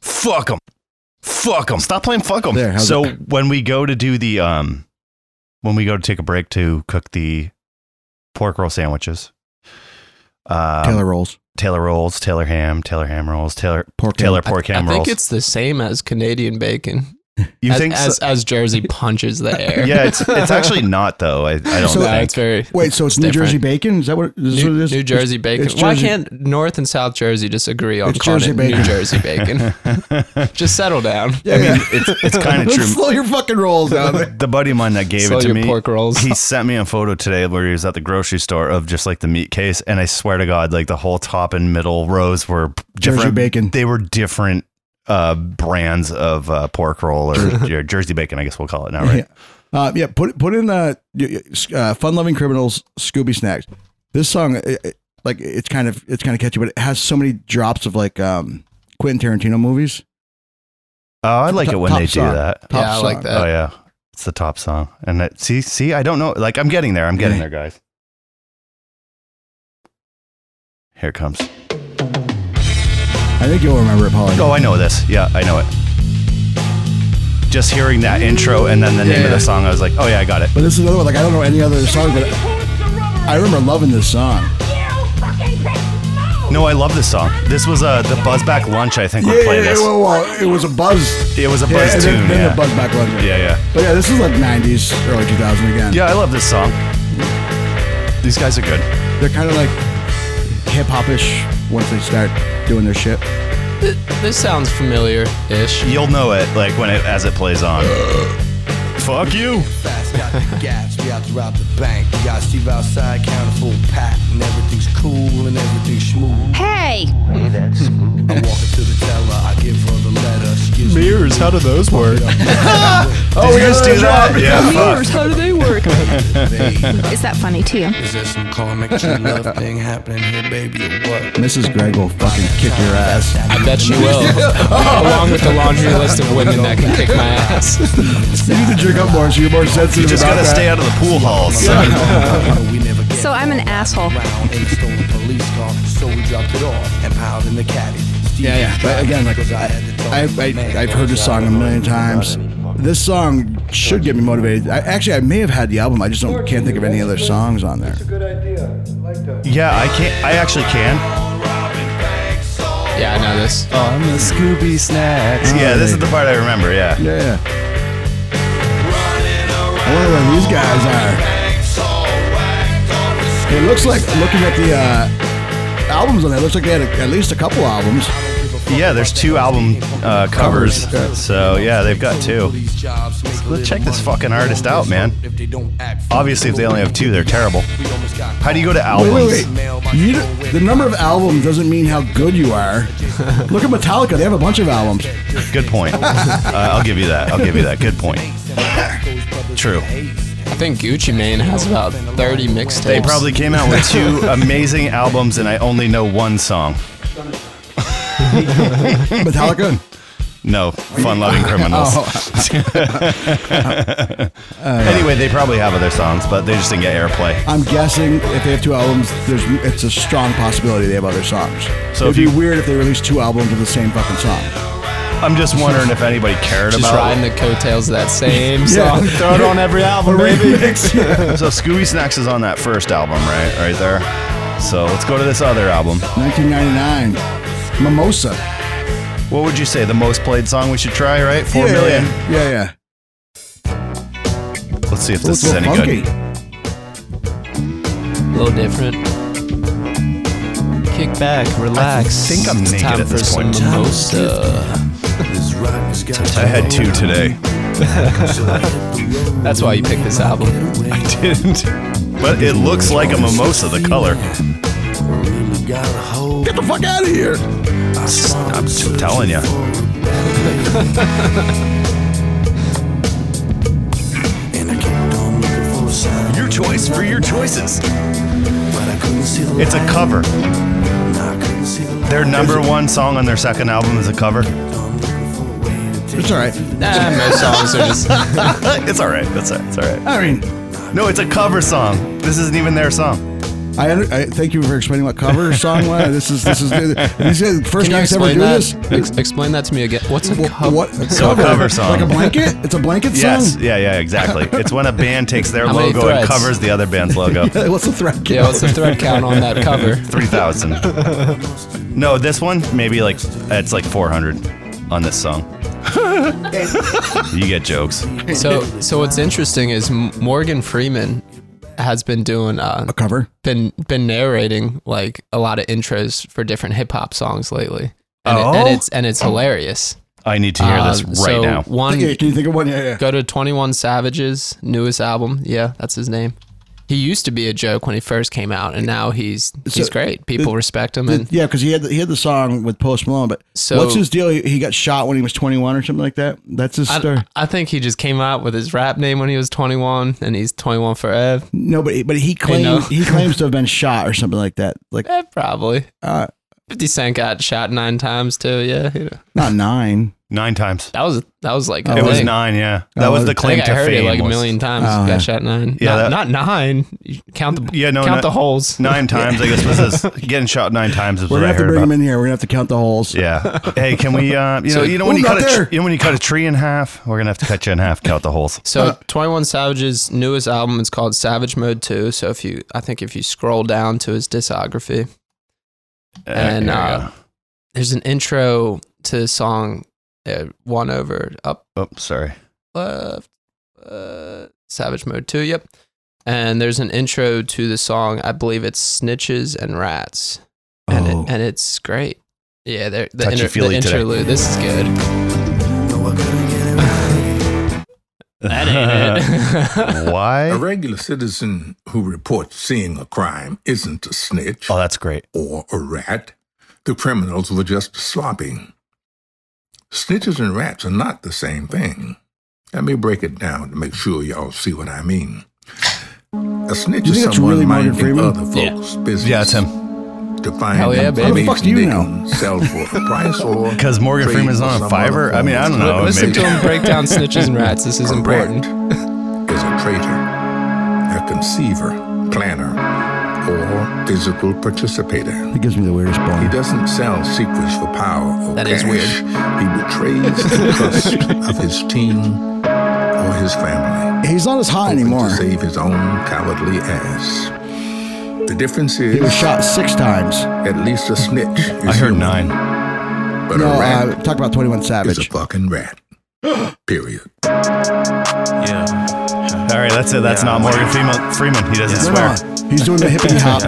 Speaker 5: fuck them. Fuck them. Stop playing fuck them.
Speaker 7: There, how's
Speaker 5: so when we go to do the um when we go to take a break to cook the pork roll sandwiches. Uh Taylor,
Speaker 7: Taylor rolls.
Speaker 5: rolls, Taylor ham, Taylor ham rolls, Taylor
Speaker 7: Pork
Speaker 5: Taylor
Speaker 8: I,
Speaker 5: pork ham
Speaker 8: I think
Speaker 5: rolls.
Speaker 8: it's the same as Canadian bacon.
Speaker 5: you
Speaker 8: as,
Speaker 5: think so?
Speaker 8: as, as Jersey punches the air.
Speaker 5: Yeah, it's it's actually not though. I, I don't
Speaker 7: So-
Speaker 8: no,
Speaker 5: think.
Speaker 8: it's very
Speaker 7: Wait, so it's New
Speaker 8: different.
Speaker 7: Jersey bacon? Is that what, is this
Speaker 8: New,
Speaker 7: what it is?
Speaker 8: New Jersey bacon.
Speaker 7: it's
Speaker 8: Why
Speaker 7: Jersey-
Speaker 8: can't North and South Jersey just agree on
Speaker 7: It's
Speaker 8: calling
Speaker 7: Jersey
Speaker 8: it
Speaker 7: bacon.
Speaker 8: New Jersey bacon? just settle down.
Speaker 5: I mean, it's it's kind of
Speaker 7: Let's
Speaker 5: true.
Speaker 7: Slow your fucking rolls down.
Speaker 5: the buddy of mine that gave
Speaker 8: Slow
Speaker 5: it to
Speaker 8: your
Speaker 5: me,
Speaker 8: pork rolls.
Speaker 5: he sent me a photo today where he was at the grocery store of just like the meat case, and I swear to God, like the whole top and middle rows were
Speaker 7: Jersey
Speaker 5: different
Speaker 7: bacon.
Speaker 5: They were different uh, brands of uh, pork roll or, or Jersey bacon, I guess we'll call it now, right?
Speaker 7: Uh, yeah, put put in uh, y- y- uh, fun loving criminals Scooby Snacks. This song, uh, uh, like it's kind of it's kind of catchy, but it has so many drops of like um, Quentin Tarantino movies.
Speaker 5: Oh, I like it when
Speaker 7: Top
Speaker 5: they
Speaker 7: song. Uh,
Speaker 5: do that.
Speaker 7: Top
Speaker 8: yeah, I like
Speaker 7: song.
Speaker 8: that.
Speaker 5: oh yeah, it's the top song. And that, see, see, I don't know. Like I'm getting there. I'm getting there, guys. Here it comes.
Speaker 7: I think you'll remember it, Paul.
Speaker 5: Oh, I know this. Yeah, I know it. Just hearing that intro and then the name of the song, I was like, oh yeah, I got it.
Speaker 7: But this is another one. Like I don't know any other song, but I remember loving this song.
Speaker 5: No, I love this song. This was uh, the Buzzback Lunch, I think, would play this.
Speaker 7: well, well, it was a buzz.
Speaker 5: It was a
Speaker 7: Yeah,
Speaker 5: buzz
Speaker 7: and
Speaker 5: tune.
Speaker 7: then, then
Speaker 5: yeah.
Speaker 7: the buzz back was
Speaker 5: yeah, yeah.
Speaker 7: But yeah, this is like '90s, early 2000s again.
Speaker 5: Yeah, I love this song. These guys are good.
Speaker 7: they're kind of like hip hopish once they start doing their shit.
Speaker 8: Th- This sounds familiar-ish.
Speaker 5: You'll know it like when it as it plays on. Fuck you.
Speaker 2: fast, got the gas, we out to rob the bank. We got Steve outside, count a full pack, and everything's cool and everything's smooth.
Speaker 4: Hey!
Speaker 2: I walk into the teller, I give her the letter, she gives me
Speaker 5: How do those work?
Speaker 7: Oh,
Speaker 5: you guys do that? Yeah. Fuck.
Speaker 6: How do they work?
Speaker 2: babe.
Speaker 6: Is that funny to you?
Speaker 2: Is there some karmic true love thing happening here, baby, or what?
Speaker 7: Mrs. Greg will fucking kick your ass.
Speaker 8: I bet you will. Along
Speaker 5: Oh.
Speaker 8: with the laundry list of women that can kick my ass.
Speaker 7: You need to drink up more so you're more sensitive.
Speaker 5: You just
Speaker 7: about
Speaker 5: gotta
Speaker 7: that.
Speaker 5: stay out of the pool halls.
Speaker 2: we never get
Speaker 6: So I'm an asshole.
Speaker 2: around in a stolen police car, so we dropped it off and piled in the caddy. Steve
Speaker 7: Yeah, yeah. But again, like
Speaker 2: because I
Speaker 7: I,
Speaker 2: had to talk
Speaker 7: I,
Speaker 2: to the man.
Speaker 7: I, I've heard this song a million times. This song should get me motivated. I, actually, I may have had the album. I just don't can't think of any other songs on there.
Speaker 5: Yeah, I can't. I actually can.
Speaker 8: Yeah, I know this.
Speaker 5: On the Scooby snacks. Yeah, this is the part I remember. Yeah.
Speaker 7: Yeah. I wonder where these guys are. It looks like looking at the uh, albums on there. it Looks like they had a, at least a couple albums.
Speaker 5: Yeah, there's two album uh, covers. So yeah, they've got two. Let's check this fucking artist out, man. Obviously, if they only have two, they're terrible. How do you go to
Speaker 7: Wait,
Speaker 5: albums?
Speaker 7: wait, wait. You don't- the number of albums doesn't mean how good you are. Look at Metallica; they have a bunch of albums.
Speaker 5: Good point. uh, I'll give you that. I'll give you that. Good point. True.
Speaker 8: I think Gucci Mane has about 30 mixtapes.
Speaker 5: They probably came out with two amazing albums, and I only know one song.
Speaker 7: Metallica.
Speaker 5: No, fun-loving criminals. anyway, they probably have other songs, but they just didn't get airplay.
Speaker 7: I'm guessing if they have two albums, there's it's a strong possibility they have other songs.
Speaker 5: So
Speaker 7: So
Speaker 5: if
Speaker 7: it'd be
Speaker 5: you-
Speaker 7: weird if they released two albums of the same fucking song.
Speaker 5: I'm just wondering if anybody cared
Speaker 8: Just
Speaker 5: about
Speaker 8: riding the coattails of that same song. Throw it on every album, baby.
Speaker 5: remix. so Scooby Snacks is on that first album, right? Right there. So let's go to this other album.
Speaker 7: 1999, Mimosa.
Speaker 5: What would you say the most played song we should try? Right, Four
Speaker 7: yeah,
Speaker 5: million.
Speaker 7: Yeah, yeah. yeah.
Speaker 5: Let's see if this
Speaker 7: Let's
Speaker 5: is
Speaker 7: go
Speaker 5: any
Speaker 7: funky.
Speaker 5: good.
Speaker 8: A little different. Kick back, relax.
Speaker 5: think I'm
Speaker 8: It's
Speaker 5: naked
Speaker 8: time
Speaker 5: at this
Speaker 8: for
Speaker 5: point.
Speaker 8: Some mimosa.
Speaker 5: I had two today.
Speaker 8: That's why you picked this album.
Speaker 5: I didn't. But it looks like a mimosa. The color.
Speaker 7: Get the fuck out of here.
Speaker 5: I'm t- telling you. Your choice for your choices. It's a cover. Their number one song on their second album is a cover.
Speaker 7: It's all right.
Speaker 8: Nah, most songs are just.
Speaker 5: it's all right. That's it. It's all right.
Speaker 7: I mean,
Speaker 5: No, it's a cover song. This isn't even their song.
Speaker 7: I, under- I thank you for explaining what cover song was. This is this is these are the first
Speaker 8: Can you
Speaker 7: guys ever
Speaker 8: explain
Speaker 7: do
Speaker 8: that?
Speaker 7: this.
Speaker 8: Ex- explain that to me again. What's a
Speaker 7: Wha-
Speaker 8: cover?
Speaker 7: What a
Speaker 5: So a cover song.
Speaker 7: Like a blanket? It's a blanket
Speaker 5: Yes.
Speaker 7: song.
Speaker 5: Yeah. Yeah. Exactly. It's when a band takes their
Speaker 8: How many
Speaker 5: logo and
Speaker 8: threads?
Speaker 5: covers the other band's logo.
Speaker 7: What's the threat?
Speaker 8: Yeah, what's the thread count on that cover?
Speaker 5: 3,000. no, this one, maybe like, it's like 400 on this song. you get jokes.
Speaker 8: So, so what's interesting is M- Morgan Freeman has been doing, uh,
Speaker 7: A cover.
Speaker 8: been been narrating like a lot of intros for different hip hop songs lately, and, it- and
Speaker 5: Oh.
Speaker 8: it's and it's hilarious.
Speaker 5: I need to hear this
Speaker 8: Uh,
Speaker 5: right
Speaker 8: so
Speaker 5: now.
Speaker 7: Yeah,
Speaker 8: One,
Speaker 7: can you think of one? Yeah, yeah.
Speaker 8: go to Twenty One Savage's newest album. Yeah, that's his name. He used to be a joke when he first came out, and now he's he's
Speaker 7: So-
Speaker 8: great. People respect him,
Speaker 7: The-
Speaker 8: and
Speaker 7: yeah, because he had the, he had the song with Post Malone, but
Speaker 8: So-
Speaker 7: what's his deal? He, he got shot when he was 21 or something like that. That's his story.
Speaker 8: I, I think he just came out with his rap name when he was 21, and he's 21 forever.
Speaker 7: no, but but he claims
Speaker 8: no.
Speaker 7: he claims to have been shot or something like that. Like
Speaker 8: Eh, probably.
Speaker 7: Uh,
Speaker 8: 50 Cent got shot nine times too. Yeah, you know.
Speaker 7: not nine.
Speaker 5: Nine times.
Speaker 8: that was that was like a
Speaker 5: It was
Speaker 8: thing.
Speaker 5: nine, yeah. That
Speaker 7: Oh,
Speaker 5: was
Speaker 7: I
Speaker 5: the
Speaker 8: I
Speaker 5: claim
Speaker 8: think I
Speaker 5: to
Speaker 8: heard
Speaker 5: fame.
Speaker 8: it like a
Speaker 5: was-
Speaker 8: million times.
Speaker 7: Oh,
Speaker 8: got
Speaker 7: yeah.
Speaker 8: shot nine.
Speaker 5: Yeah,
Speaker 8: not,
Speaker 5: that-
Speaker 8: not nine. You Count the
Speaker 5: Yeah, no,
Speaker 8: count
Speaker 5: no-
Speaker 8: the holes.
Speaker 5: Nine times, I guess, was this. Getting shot nine times is
Speaker 7: We're
Speaker 5: what I
Speaker 7: gonna have to
Speaker 5: heard
Speaker 7: bring him
Speaker 5: about.
Speaker 7: in here. We're gonna have to count the holes.
Speaker 5: Yeah. Hey, can we? Uh, you know,
Speaker 8: So-
Speaker 5: you know when
Speaker 7: Ooh,
Speaker 5: you
Speaker 7: not
Speaker 5: cut a
Speaker 7: there.
Speaker 5: tr- you know when you cut a tree in half, we're gonna have to cut you in half. Count the holes.
Speaker 8: So 21 Savage's newest album is called Savage Mode 2. So if you I think if you scroll down to his discography,
Speaker 5: Uh,
Speaker 8: And,
Speaker 5: there we
Speaker 8: uh, there's an intro to the song uh, One Over Up
Speaker 5: go. oh, sorry.
Speaker 8: Left uh, Savage Mode 2, yep. And there's an intro to the song, I believe it's Snitches and Rats. And
Speaker 7: Oh.
Speaker 8: it, and it's great. Yeah, they're- the, inter- the
Speaker 5: Touchy-feely today.
Speaker 8: interlude. This is good. That ain't it.
Speaker 5: Why?
Speaker 10: A regular citizen who reports seeing a crime isn't a snitch
Speaker 5: Oh, that's great.
Speaker 10: or a rat. The criminals were just sloppy. Snitches and rats are not the same thing. Let me break it down to make sure y'all see what I mean. A snitch
Speaker 7: You
Speaker 10: is
Speaker 7: think that's
Speaker 10: someone
Speaker 7: really Morgan
Speaker 10: minding
Speaker 7: Freeman?
Speaker 10: other
Speaker 8: Yeah.
Speaker 10: folks' business.
Speaker 5: Yeah, it's him.
Speaker 10: To find
Speaker 8: Hell yeah,
Speaker 10: them
Speaker 8: baby. How the
Speaker 7: fuck
Speaker 10: things
Speaker 7: do you
Speaker 10: they
Speaker 7: know?
Speaker 10: can Sell for a price or
Speaker 5: Because Morgan
Speaker 10: trade
Speaker 5: Freeman's
Speaker 10: for
Speaker 5: on
Speaker 10: some
Speaker 5: Fiverr?
Speaker 10: other
Speaker 5: I mean, I
Speaker 10: form
Speaker 5: don't
Speaker 10: of
Speaker 5: know.
Speaker 8: Li- Listen
Speaker 5: maybe-
Speaker 8: to him break down snitches and rats. This is important.
Speaker 10: Correct. Is a traitor, a conceiver, planner, or physical participator.
Speaker 7: He gives me the weirdest
Speaker 10: He
Speaker 7: bone.
Speaker 10: doesn't sell secrets for power or
Speaker 8: That is
Speaker 10: cash.
Speaker 8: weird.
Speaker 10: He betrays the trust of his team or his family,
Speaker 7: He's not as hot
Speaker 10: hoping
Speaker 7: anymore.
Speaker 10: to save his own cowardly ass. The difference is,
Speaker 7: He was shot six times.
Speaker 10: at least a snitch is
Speaker 5: I heard
Speaker 10: human,
Speaker 5: nine.
Speaker 10: but
Speaker 7: No,
Speaker 10: a rat
Speaker 7: uh, talk about 21
Speaker 10: is a
Speaker 7: Savage.
Speaker 10: fucking rat. Period.
Speaker 5: All right, that's it. That's not Morgan Freeman. Freeman. He doesn't
Speaker 7: No,
Speaker 5: swear.
Speaker 7: no, he's doing the hippity hop.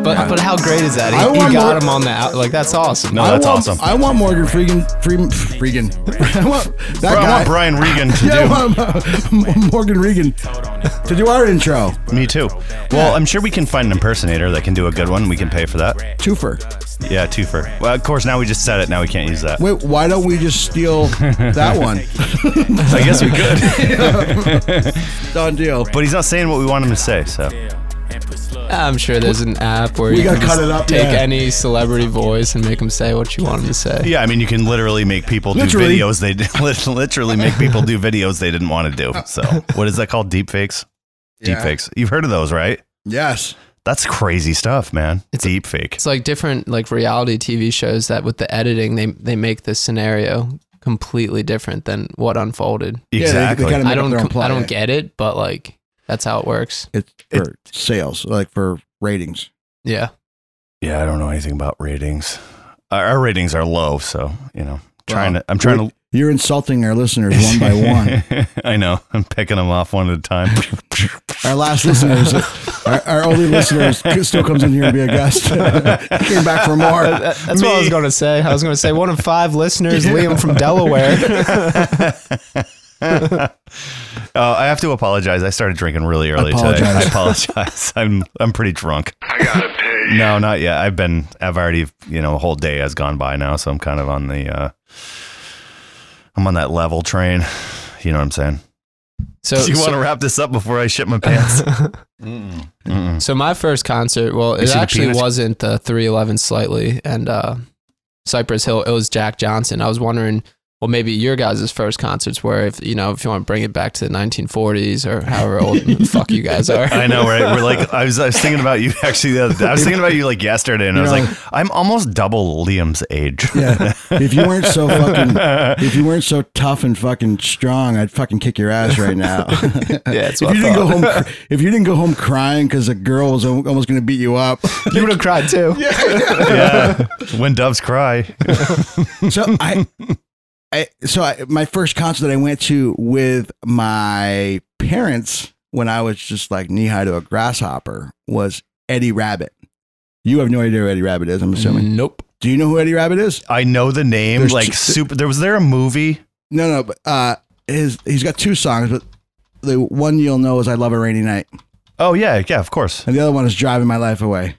Speaker 8: But but how great is that? He,
Speaker 7: I
Speaker 8: he
Speaker 7: want
Speaker 8: got
Speaker 7: more-
Speaker 8: him on the out. Like that's awesome.
Speaker 5: No,
Speaker 7: I
Speaker 5: that's
Speaker 7: want,
Speaker 5: awesome.
Speaker 7: I want Morgan Freegan. Freeman. Freegan. I want
Speaker 5: Bro,
Speaker 7: that
Speaker 5: I
Speaker 7: guy.
Speaker 5: want Brian Regan to
Speaker 7: yeah,
Speaker 5: do.
Speaker 7: I want, uh, Morgan Regan to do our intro.
Speaker 5: Me too. Well, I'm sure we can find an impersonator that can do a good one. We can pay for that.
Speaker 7: Twofer.
Speaker 5: Yeah, twofer. Well, of course, now we just said it. Now we can't use that.
Speaker 7: Wait, why don't we just steal that one?
Speaker 5: I guess we could.
Speaker 7: Done deal.
Speaker 5: but he's not saying what we want him to say. So
Speaker 8: I'm sure there's an app where you
Speaker 7: gotta
Speaker 8: can just
Speaker 7: cut it up,
Speaker 8: take
Speaker 7: yeah.
Speaker 8: any celebrity voice and make them say what you want them to say.
Speaker 5: yeah, I mean, you can literally make people
Speaker 7: Literally.
Speaker 5: do videos they lit- literally make people do videos they didn't want to do. So what is that called? Deep fakes. Deep fakes. You've heard of those, right?
Speaker 7: Yes.
Speaker 5: That's crazy stuff, man. It's deep fake.
Speaker 8: It's like different like reality TV shows that with the editing they they make the scenario completely different than what unfolded.
Speaker 7: Yeah, they- they
Speaker 5: Exactly.
Speaker 7: kinda-
Speaker 8: I
Speaker 7: make up
Speaker 8: don't
Speaker 7: their own
Speaker 8: com- I
Speaker 7: plot, yeah.
Speaker 8: don't get it, but like that's how it works.
Speaker 7: It's for sales, like for ratings.
Speaker 8: Yeah.
Speaker 5: yeah, I don't know anything about ratings. Our, our ratings are low, so you know, trying
Speaker 7: Wow.
Speaker 5: to. I'm trying to
Speaker 7: You're insulting our listeners one by one.
Speaker 5: I know. I'm picking them off one at a time.
Speaker 7: Our last listeners, our, our only listeners, still comes in here and be a guest. Came back for more.
Speaker 8: That's what I was gonna say. I was gonna say one of five listeners, Liam from Delaware.
Speaker 5: Uh, I have to apologize. I started drinking really early today. I apologize. I'm I'm pretty drunk.
Speaker 9: I gotta pay.
Speaker 5: No, not yet. I've been. I've already. You know, a whole day has gone by now, so I'm kind of on the. Uh, I'm on that level train. You know what I'm saying?
Speaker 8: So,
Speaker 5: Do you want to
Speaker 8: so,
Speaker 5: wrap this up before I shit my pants? Mm-mm.
Speaker 8: so my first concert, well,
Speaker 5: You
Speaker 8: it
Speaker 5: see the
Speaker 8: actually
Speaker 5: penis?
Speaker 8: wasn't the three eleven slightly and uh Cypress Hill, it was Jack Johnson. I was wondering well, maybe your guys' first concerts were if you know if you want to bring it back to the 1940s or however old the fuck you guys are.
Speaker 5: I know, right? We're like, I was, I was thinking about you actually. The other day. I was thinking about you like yesterday, and I was
Speaker 7: You know-
Speaker 5: like, I'm almost double Liam's age.
Speaker 7: Yeah. If you weren't so fucking, if you weren't so tough and fucking strong, I'd fucking kick your ass right now.
Speaker 8: Yeah, it's
Speaker 7: if you didn't go home, cr- if you didn't go home crying because a girl was al- almost going to beat you up.
Speaker 8: you would have cried too.
Speaker 5: yeah. When doves cry.
Speaker 7: So I, I so I, my first concert that I went to with my parents when I was just like knee high to a grasshopper was Eddie Rabbit. You have no idea who Eddie Rabbit is, I'm assuming.
Speaker 8: Nope.
Speaker 7: Do you know who Eddie Rabbit is?
Speaker 5: I know the name.
Speaker 7: There's
Speaker 5: like
Speaker 7: two-
Speaker 5: super. There was there a movie?
Speaker 7: No, no, but uh, his he's got two songs, but the one you'll know is "I Love a Rainy Night,"
Speaker 5: Oh yeah, yeah, of course.
Speaker 7: and the other one is "Driving My Life Away."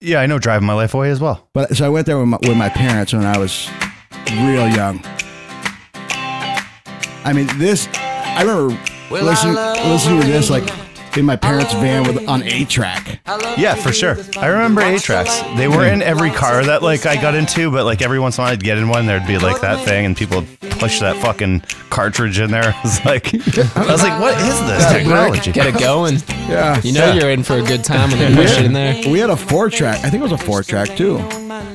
Speaker 5: Yeah, I know. Driving my life away as well.
Speaker 7: But so I went there with my, with my parents when I was real young. I mean, this I remember listening listening to this like in my parents' van with on a track.
Speaker 5: Yeah, for sure. I remember A tracks. They were in every car that like I got into, but like every once in a while I'd get in one, there'd be like that thing, and people would push that fucking cartridge in there. I was like, I was like, what is this technology?
Speaker 8: Get it going.
Speaker 7: Yeah,
Speaker 8: You know you're in for a good time when they push it in there.
Speaker 7: we had a four track. I think it was a four track too.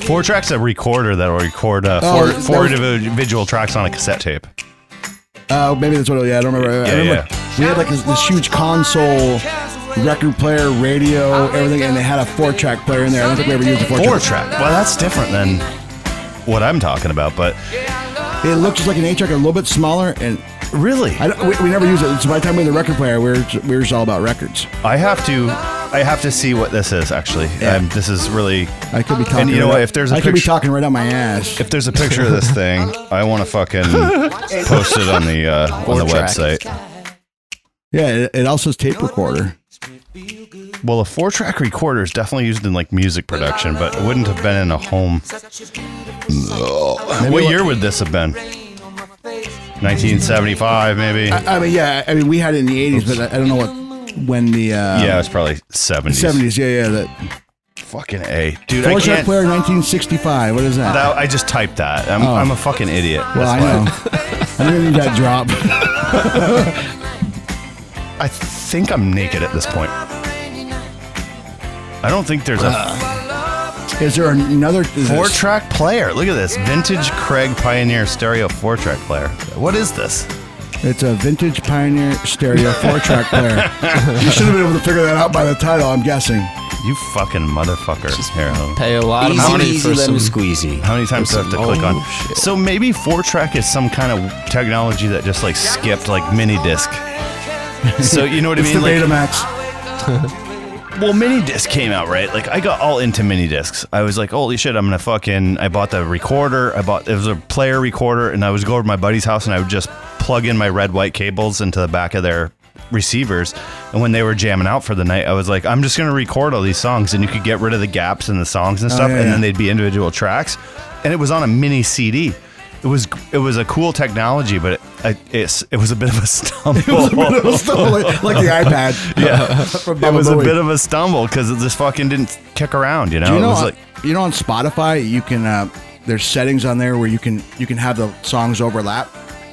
Speaker 5: Four tracks a recorder that will record uh,
Speaker 7: Oh,
Speaker 5: four,
Speaker 7: that
Speaker 5: four
Speaker 7: was-
Speaker 5: individual tracks on a cassette tape.
Speaker 7: Uh, maybe that's what. it- Yeah, I don't remember. I
Speaker 5: Yeah,
Speaker 7: remember We had like this, this huge console, record player, radio, everything, and they had a four track player in there. I don't think we ever used a four
Speaker 5: Four
Speaker 7: track.
Speaker 5: track. Well, that's different than what I'm talking about, but
Speaker 7: It looked just like an eight track, a little bit smaller, and
Speaker 5: really,
Speaker 7: I don't, we, we never used it. So by the time we had the record player, we were we were just all about records.
Speaker 5: I have to. I have to see what this is actually.
Speaker 7: Yeah.
Speaker 5: Um, this is really.
Speaker 7: I could be talking.
Speaker 5: you know
Speaker 7: right
Speaker 5: what,
Speaker 7: up-
Speaker 5: if there's a
Speaker 7: I could be
Speaker 5: picture-
Speaker 7: talking right out my ass.
Speaker 5: If there's a picture of this thing, I want to fucking post it on the uh, on the
Speaker 8: tracks.
Speaker 5: website.
Speaker 7: Yeah, it, it also says tape recorder.
Speaker 5: Well, a four track recorder is definitely used in like music production, but it wouldn't have been in a home. What year would this have been? 1975, maybe.
Speaker 7: I, I mean, yeah, I mean, we had it in the '80s, but I, I don't know what when the uh,
Speaker 5: yeah, it's probably 70s.
Speaker 7: '70s. Yeah, yeah, that
Speaker 5: Fucking A. Dude, I
Speaker 7: four track
Speaker 5: can't.
Speaker 7: player, 1965. What is that?
Speaker 5: That, I just typed that. I'm,
Speaker 7: Oh.
Speaker 5: I'm a fucking idiot.
Speaker 7: well, I
Speaker 5: That's why.
Speaker 7: know. I didn't need that drop.
Speaker 5: I think I'm naked at this point. I don't think there's a
Speaker 7: Is there another? Is
Speaker 5: four
Speaker 7: this-
Speaker 5: track player. Look at this vintage Craig Pioneer stereo four track player. What is this?
Speaker 7: It's a vintage Pioneer stereo four track player. you should have been able to figure that out by the title. I'm guessing.
Speaker 5: You fucking motherfucker. Here, hold on.
Speaker 8: Pay a lot of money for some.
Speaker 11: squeezy.
Speaker 5: how many times do I have to click on?
Speaker 7: oh,
Speaker 5: So maybe four track is some kind of technology that just like skipped like mini disc. So you know what I
Speaker 7: It's the
Speaker 5: mean? Like,
Speaker 7: Betamax.
Speaker 5: Well, mini disc came out, right? Like I got all into mini discs. I was like, holy shit, I'm gonna fucking. I bought the recorder. I bought it was a player recorder, and I was go over to my buddy's house and I would just plug in my red white cables into the back of their receivers. And when they were jamming out for the night, I was like, I'm just gonna record all these songs, and you could get rid of the gaps in the songs and stuff,
Speaker 7: Oh, yeah,
Speaker 5: and
Speaker 7: yeah.
Speaker 5: then they'd be individual tracks. And it was on a mini CD. It was it was a cool technology, but it, I- it's, it was a bit of a stumble.
Speaker 7: It was still like, like the iPad.
Speaker 5: Yeah.
Speaker 7: From
Speaker 5: it
Speaker 7: Baba
Speaker 5: was a
Speaker 7: Booey.
Speaker 5: bit of a stumble because it just fucking didn't kick around, you know?
Speaker 7: Do you
Speaker 5: it
Speaker 7: know,
Speaker 5: was
Speaker 7: on,
Speaker 5: like,
Speaker 7: you know, on Spotify, you can uh, there's settings on there where you can you can have the songs overlap,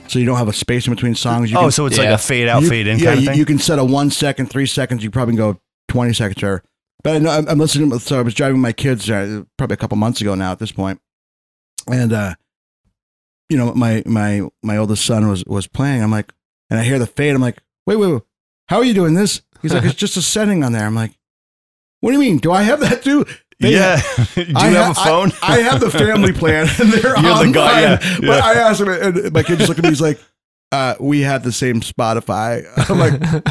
Speaker 7: so you don't have a space in between songs. You
Speaker 5: oh,
Speaker 7: can,
Speaker 5: so it's
Speaker 8: yeah.
Speaker 5: like a fade out,
Speaker 7: you-
Speaker 5: fade in
Speaker 7: yeah,
Speaker 5: kind of
Speaker 7: you,
Speaker 5: thing?
Speaker 7: you can set a one second, three seconds. You probably go twenty seconds or But I know I'm, I'm listening. So I was driving my kids uh, probably a couple months ago now at this point, and uh, you know my my my oldest son was was playing. I'm like, and I hear the fade. I'm like, wait, wait, wait. How are you doing this? He's like, it's just a setting on there. I'm like, what do you mean? Do I have that too? They-
Speaker 5: yeah. Do you
Speaker 7: I
Speaker 5: have
Speaker 7: ha-
Speaker 5: a phone?
Speaker 7: I, I have the family plan, and they're
Speaker 5: You're the
Speaker 7: online.
Speaker 5: guy, yeah,
Speaker 7: But
Speaker 5: yeah.
Speaker 7: I asked him, and my kid just looked at me. He's like, uh, "We have the same Spotify." I'm like,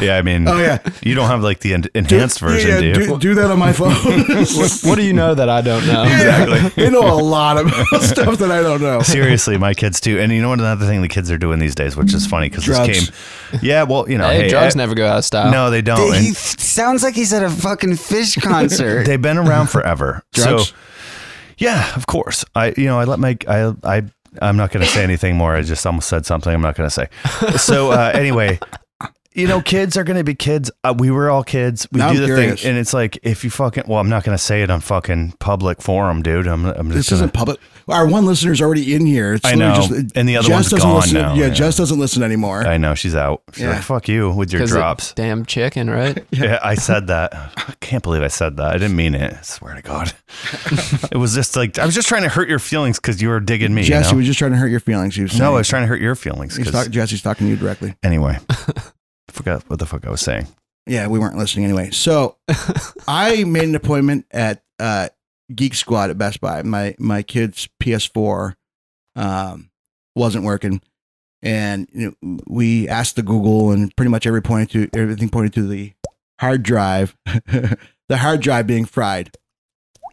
Speaker 5: yeah, I mean,
Speaker 7: "Oh yeah,
Speaker 5: you don't have like the en-
Speaker 7: Do-
Speaker 5: enhanced
Speaker 7: yeah,
Speaker 5: version,
Speaker 7: yeah,
Speaker 5: do you?
Speaker 7: do, do that on my phone."
Speaker 8: what, what do you know that I don't know?
Speaker 5: Exactly.
Speaker 7: they know a lot of stuff that I don't know.
Speaker 5: Seriously, my kids too. And you know what? Another thing the kids are doing these days, which is funny because this
Speaker 7: Drugs.
Speaker 5: came. Yeah, well, you know,
Speaker 8: Hey,
Speaker 5: hey,
Speaker 8: drugs
Speaker 5: I-
Speaker 8: never go out of style.
Speaker 5: No, they don't.
Speaker 11: He
Speaker 5: And
Speaker 11: f- sounds like he's at a fucking fish concert.
Speaker 5: they've been around forever.
Speaker 7: Drugs?
Speaker 5: So, yeah, of course. I, you know, I let my, I, I, I'm not going to say anything more. I just almost said something I'm not going to say. So, uh, anyway, you know, kids are going to be kids. Uh, we were all kids. We
Speaker 7: Now
Speaker 5: do
Speaker 7: I'm
Speaker 5: the
Speaker 7: curious.
Speaker 5: thing. And it's like, if you fucking, well, I'm not going to say it on fucking public forum, dude. I'm, I'm just
Speaker 7: This
Speaker 5: gonna-
Speaker 7: isn't public. Our one listener's already in here. It's
Speaker 5: I
Speaker 7: literally
Speaker 5: know.
Speaker 7: Just,
Speaker 5: And the other
Speaker 7: Jess
Speaker 5: one's
Speaker 7: doesn't
Speaker 5: gone
Speaker 7: listen-
Speaker 5: now.
Speaker 7: Yeah,
Speaker 5: Yeah.
Speaker 7: Jess doesn't listen anymore.
Speaker 5: I know she's out. She's
Speaker 7: Yeah.
Speaker 5: like, "Fuck you with your
Speaker 8: 'Cause of
Speaker 5: drops."
Speaker 8: Damn chicken, right?
Speaker 5: Yeah, I said that. I can't believe I said that. I didn't mean it. I swear to God. it was just like I was just trying to hurt your feelings because you were digging me. you
Speaker 7: Jess,
Speaker 5: know?
Speaker 7: he was just trying to hurt your feelings. He was
Speaker 5: no,
Speaker 7: saying.
Speaker 5: I was trying to hurt your feelings.
Speaker 7: He's
Speaker 5: 'cause-
Speaker 7: talk- Jesse's talking to you directly.
Speaker 5: anyway, I forgot what the fuck I was saying.
Speaker 7: Yeah, we weren't listening anyway. So I made an appointment at uh, Geek Squad at Best Buy. My my kid's PS4 um, wasn't working, and you know, we asked the Google, and pretty much every pointed to everything pointed to the hard drive, the hard drive being fried.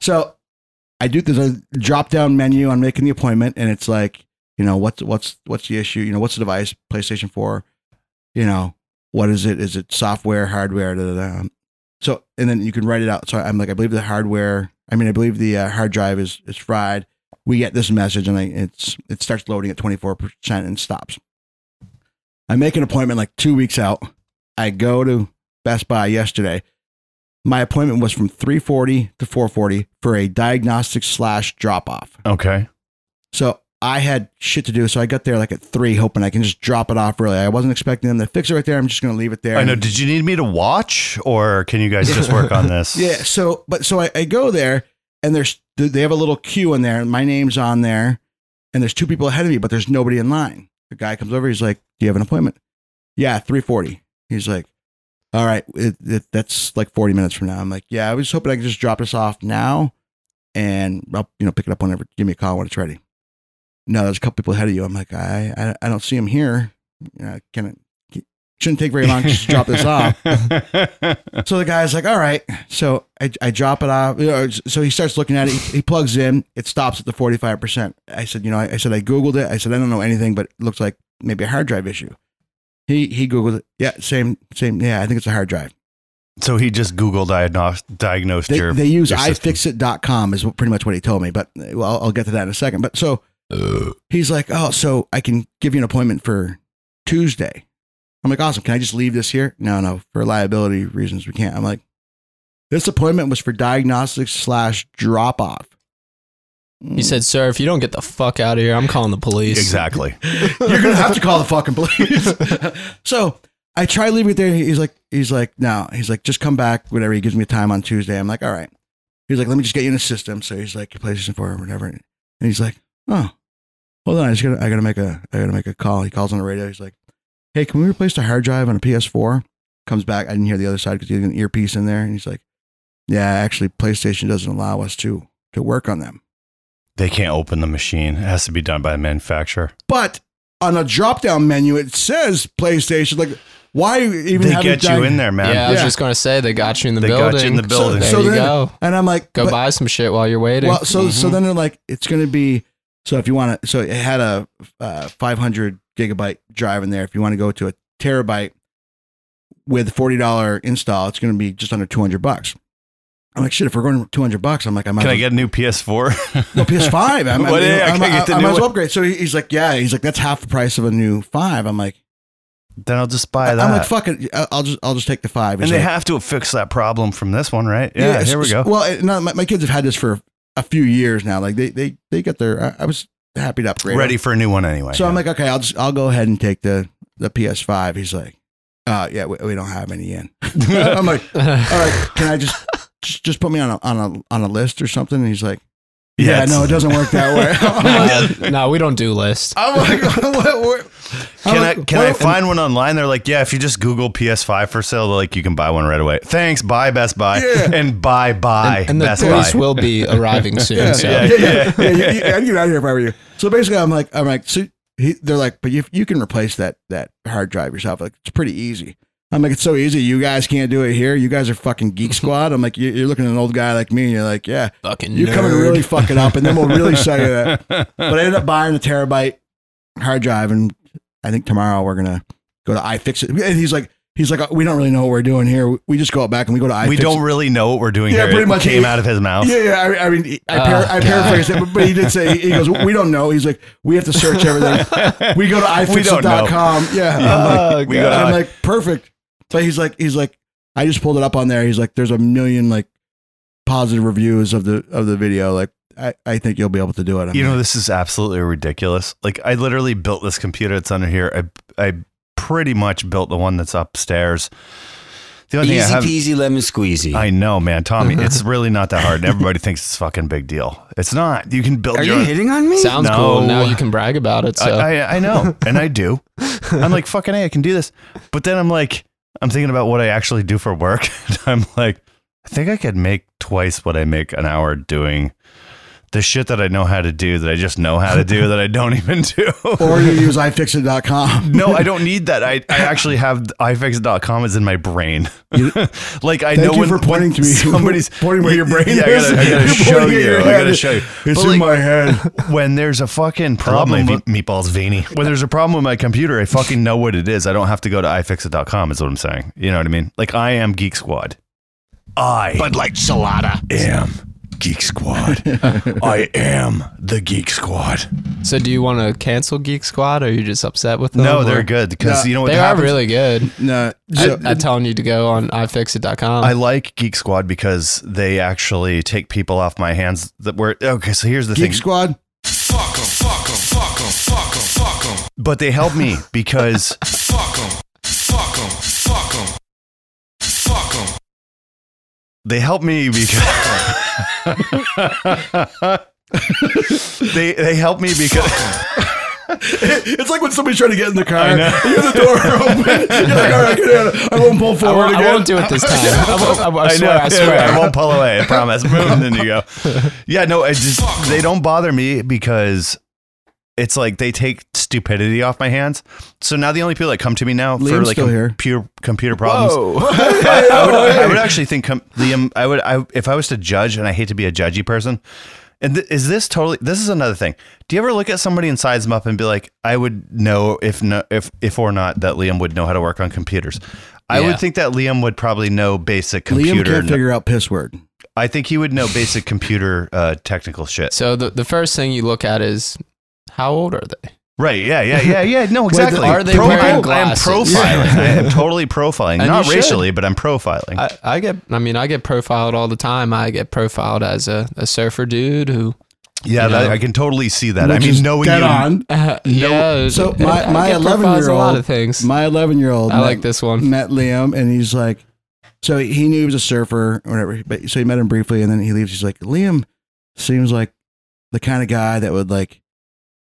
Speaker 7: So I do there's a drop down menu on making the appointment, and it's like you know what's what's what's the issue? You know what's the device? PlayStation Four. You know what is it? Is it software, hardware? Da, da, da. So, and then you can write it out. So I'm like, I believe the hardware. I mean, I believe the uh, hard drive is is fried. We get this message, and I, it's it starts loading at 24 percent and stops. I make an appointment like two weeks out. I go to Best Buy yesterday. My appointment was from 3:40 to 4:40 for a diagnostic slash drop off.
Speaker 5: Okay.
Speaker 7: So I had shit to do, so I got there like at three, hoping I can just drop it off early. I wasn't expecting them to fix it right there. I'm just gonna leave it there.
Speaker 5: I know.
Speaker 7: And-
Speaker 5: Did you need me to watch, or can you guys just work on this?
Speaker 7: Yeah. So, but so I, I go there, and there's they have a little queue in there, and my name's on there, and there's two people ahead of me, but there's nobody in line. The guy comes over, he's like, "Do you have an appointment?" Yeah, three forty. He's like, "All right, it, it, that's like forty minutes from now." I'm like, "Yeah, I was hoping I could just drop this off now, and I'll you know pick it up whenever. Give me a call when it's ready." No, there's a couple people ahead of you. I'm like, I I, I don't see him here. You know, can it shouldn't take very long to just drop this off. So the guy's like, all right. So I, I drop it off. You know, So he starts looking at it. He, he plugs in. It stops at the 45%. I said, you know, I, I said, I Googled it. I said, I don't know anything, but it looks like maybe a hard drive issue. He, he Googled it. Yeah, same, same. Yeah, I think it's a hard drive.
Speaker 5: So he just Google diagnosed diagnosed
Speaker 7: They,
Speaker 5: your.
Speaker 7: they use
Speaker 5: your system.
Speaker 7: ifixit.com is what- pretty much what he told me, but uh, well, I'll, I'll get to that in a second. But so he's like, oh, so I can give you an appointment for Tuesday. I'm like, awesome. Can I just leave this here? No, no, for liability reasons, we can't. I'm like, this appointment was for diagnostics slash drop off.
Speaker 8: You said, sir, if you don't get the fuck out of here, I'm calling the police.
Speaker 5: exactly.
Speaker 7: You're gonna have to call the fucking police. so I try leaving it there. He's like, he's like, no. He's like, just come back whenever he gives me a time on Tuesday. I'm like, all right. He's like, let me just get you in the system. So he's like, PlayStation Four or whatever, and he's like, oh, hold on, I just gotta, I gotta make a, I gotta make a call. He calls on the radio. He's like, hey, can we replace the hard drive on a PS4? Comes back. I didn't hear the other side because he had an earpiece in there, and he's like, yeah, actually, PlayStation doesn't allow us to to work on them.
Speaker 5: They can't open the machine. It has to be done by the manufacturer.
Speaker 7: But on a drop down menu, it says PlayStation. Like, why even
Speaker 5: they
Speaker 7: have it
Speaker 5: get you
Speaker 7: down-
Speaker 5: in there, man.
Speaker 8: Yeah, I was
Speaker 7: Yeah.
Speaker 8: just gonna say they got you in the
Speaker 5: They
Speaker 8: building.
Speaker 5: got you in the building.
Speaker 8: there
Speaker 7: So
Speaker 8: you
Speaker 7: then-
Speaker 8: go.
Speaker 7: And I'm like,
Speaker 8: Go
Speaker 7: but-
Speaker 8: buy some shit while you're waiting. Mm-hmm.
Speaker 7: Well, so so
Speaker 5: Mhm.
Speaker 7: then they're like, it's going to be. So if you want to, so it had a uh, 500 gigabyte drive in there. If you want to go to a terabyte with forty dollar install, it's going to be just under 200 bucks. I'm like, shit. If we're going to 200 bucks, I'm like, I might.
Speaker 5: Can
Speaker 7: as
Speaker 5: I
Speaker 7: well-
Speaker 5: get a new PS4?
Speaker 7: no PS5? I'm, I'm,
Speaker 5: Well, yeah, I
Speaker 7: I'm,
Speaker 5: can't get the
Speaker 7: I
Speaker 5: new
Speaker 7: might as well
Speaker 5: one.
Speaker 7: upgrade. So he- he's like, yeah. He's like, that's half the price of a new five. I'm like,
Speaker 5: then I'll just buy that.
Speaker 7: I'm like, fuck it. I'll just I'll just take the five.
Speaker 5: and
Speaker 7: He's
Speaker 5: they
Speaker 7: like,
Speaker 5: have to fix that problem from this one, right? Yeah,
Speaker 7: s-
Speaker 5: here we
Speaker 7: s-
Speaker 5: go.
Speaker 7: Well, it- no, my, my kids have had this for a few years now. Like they they they got their. I, I was happy to upgrade.
Speaker 5: Ready for a new one anyway.
Speaker 7: So I'm like, okay, I'll just I'll go ahead and take the the PS5. He's like, uh, yeah, we, we don't have any in. I'm like, all right, can I just "Just just put me on a on a on a list or something." And he's like,
Speaker 8: Yeah,
Speaker 7: "Yeah,
Speaker 8: it's-
Speaker 7: no, it doesn't work that way."
Speaker 8: no, we don't do lists.
Speaker 7: I'm like, what, what-
Speaker 5: Can I
Speaker 7: I'm like,
Speaker 5: can I
Speaker 7: what-
Speaker 5: find one online? They're like, yeah, if you just Google PS5 for sale, they're like you can buy one right away. Thanks, bye Best Buy, and bye bye
Speaker 8: And- and the
Speaker 5: Best
Speaker 8: toys
Speaker 5: Buy.
Speaker 8: will be arriving soon,
Speaker 5: yeah,
Speaker 8: so-
Speaker 5: yeah,
Speaker 7: yeah,
Speaker 5: yeah.
Speaker 7: yeah, yeah. you- you- I'd get out of here if I were you. So basically, I'm like, I'm like, so he, they're like, but you, you can replace that that hard drive yourself. Like, it's pretty easy. I'm like, it's so easy. You guys can't do it here. You guys are fucking geek squad. I'm like, you- you're looking at an old guy like me, and you're like, yeah,
Speaker 8: Fucking
Speaker 7: you're coming to
Speaker 8: nerd.
Speaker 7: really fuck it up, and then we'll really sell you that. But I ended up buying a terabyte hard drive, and I think tomorrow we're gonna go to iFixit. And he's like, he's like, we don't really know what we're doing here. We just go out back and we go to iFixit.
Speaker 5: we don't really know what we're doing
Speaker 7: Yeah,
Speaker 5: here.
Speaker 7: pretty
Speaker 5: it
Speaker 7: much.
Speaker 5: came out of his mouth.
Speaker 7: Yeah, yeah. I, I mean, he- I,
Speaker 5: Oh,
Speaker 7: par- I
Speaker 5: God.
Speaker 7: paraphrased it, but, but he did say he goes, "We don't know." He's like, "We have to search everything. We go to
Speaker 5: We don't know.
Speaker 7: ifixit.com." Yeah, I'm
Speaker 5: Oh,
Speaker 7: like,
Speaker 5: We go to
Speaker 7: I'm
Speaker 5: i-
Speaker 7: like, perfect. But he's like, he's like, I just pulled it up on there. He's like, there's a million like positive reviews of the of the video. Like, I, I think you'll be able to do it. I'm
Speaker 5: you know,
Speaker 7: like,
Speaker 5: this is absolutely ridiculous. Like, I literally built this computer that's under here. I, I pretty much built the one that's upstairs. The only
Speaker 11: Easy
Speaker 5: thing I have,
Speaker 11: peasy lemon squeezy.
Speaker 5: I know, man, Tommy. it's really not that hard, and everybody thinks it's a fucking big deal. It's not. You can build.
Speaker 11: Are
Speaker 5: your
Speaker 11: you
Speaker 5: own-
Speaker 11: hitting on me?
Speaker 8: Sounds
Speaker 5: No.
Speaker 8: cool. Now you can brag about it. So
Speaker 5: I, I, I know, and I do. I'm like, fucking, hey, I can do this. But then I'm like, I'm thinking about what I actually do for work. And I'm like, I think I could make twice what I make an hour doing the shit that I know how to do that I just know how to do that I don't even do.
Speaker 7: or you use ifixit.com.
Speaker 5: no, I don't need that. I, I actually have ifix.com is in my brain. like I
Speaker 7: Thank
Speaker 5: know
Speaker 7: you
Speaker 5: when,
Speaker 7: for pointing
Speaker 5: when
Speaker 7: to me.
Speaker 5: Somebody's
Speaker 7: Pointing where your brain
Speaker 5: Yeah, I
Speaker 7: is.
Speaker 5: gotta, I gotta
Speaker 7: You're
Speaker 5: show
Speaker 7: pointing at
Speaker 5: you.
Speaker 7: your
Speaker 5: I
Speaker 7: head.
Speaker 5: gotta show you. But,
Speaker 7: It's in
Speaker 5: like,
Speaker 7: my head.
Speaker 5: when there's a fucking problem, with, meatballs veiny. When there's a problem with my computer, I fucking know what it is. I don't have to go to ifixit.com. Is what I'm saying. You know what I mean? Like I am Geek Squad. I Bud Light Salada am Geek Squad. I am the Geek Squad.
Speaker 8: So do you want to cancel Geek Squad? Or are you just upset with them?
Speaker 5: No,
Speaker 8: or-
Speaker 5: they're good because
Speaker 7: No,
Speaker 5: you know what
Speaker 8: They
Speaker 5: happens?
Speaker 8: are really good.
Speaker 7: No, so-
Speaker 8: I, I'm telling you to go on ifixit.com.
Speaker 5: I like Geek Squad because they actually take people off my hands that were okay. So here's the
Speaker 7: Geek
Speaker 5: thing.
Speaker 7: Squad.
Speaker 1: Fuck 'em, fuck 'em, fuck 'em, fuck 'em, fuck 'em,
Speaker 5: but they help me because
Speaker 1: fuck 'em, fuck 'em, fuck 'em, fuck 'em.
Speaker 5: they help me because they they help me because
Speaker 7: It's like when somebody's trying to get in the car, you have the door open. You're like, all right, get out. I won't pull
Speaker 8: I,
Speaker 7: forward
Speaker 8: won't, I
Speaker 7: again.
Speaker 8: won't do it this time. I, won't, I, won't- I swear. I swear.
Speaker 5: I won't pull away. I promise. Boom, and then you go. Yeah, no, I just they don't bother me because it's like they take stupidity off my hands. So now the only people that come to me now for
Speaker 7: Liam's
Speaker 5: like
Speaker 7: still here.
Speaker 5: computer computer problems.
Speaker 7: Hey,
Speaker 5: I would,
Speaker 7: oh, hey.
Speaker 5: I would actually think com- Liam. I would. I, if I was to judge, and I hate to be a judgy person, and th- is this totally? This is another thing. Do you ever look at somebody and size them up and be like, I would know if no, if if or not that Liam would know how to work on computers. I
Speaker 8: Yeah.
Speaker 5: would think that Liam would probably know basic
Speaker 7: Liam
Speaker 5: computer.
Speaker 7: can't figure out piss word.
Speaker 5: I think he would know basic computer uh, technical shit.
Speaker 8: So the, the first thing you look at is how old are they?
Speaker 5: Right? Yeah. Yeah. Yeah. Yeah. No. Exactly.
Speaker 8: are they
Speaker 5: Profile-
Speaker 8: wearing
Speaker 5: I
Speaker 8: glasses?
Speaker 5: am profiling. I am totally profiling,
Speaker 8: And
Speaker 5: not
Speaker 8: you should.
Speaker 5: racially, but I'm profiling.
Speaker 8: I, I get. I mean, I get profiled all the time. I get profiled as a, a surfer dude who.
Speaker 5: yeah,
Speaker 8: you
Speaker 5: that,
Speaker 8: know.
Speaker 5: I can totally see that. I
Speaker 7: Which
Speaker 5: mean,
Speaker 7: is
Speaker 5: knowing
Speaker 7: dead
Speaker 5: you,
Speaker 7: on.
Speaker 8: Uh, yeah.
Speaker 7: So
Speaker 8: I-
Speaker 7: my-
Speaker 8: I
Speaker 7: my
Speaker 8: get profiled
Speaker 7: 11-year-old
Speaker 8: as a lot of things.
Speaker 7: My 11 year old.
Speaker 8: I like this one.
Speaker 7: Met Liam, and he's like, so he knew he was a surfer or whatever. But so he met him briefly, and then he leaves. He's like, Liam seems like the kind of guy that would like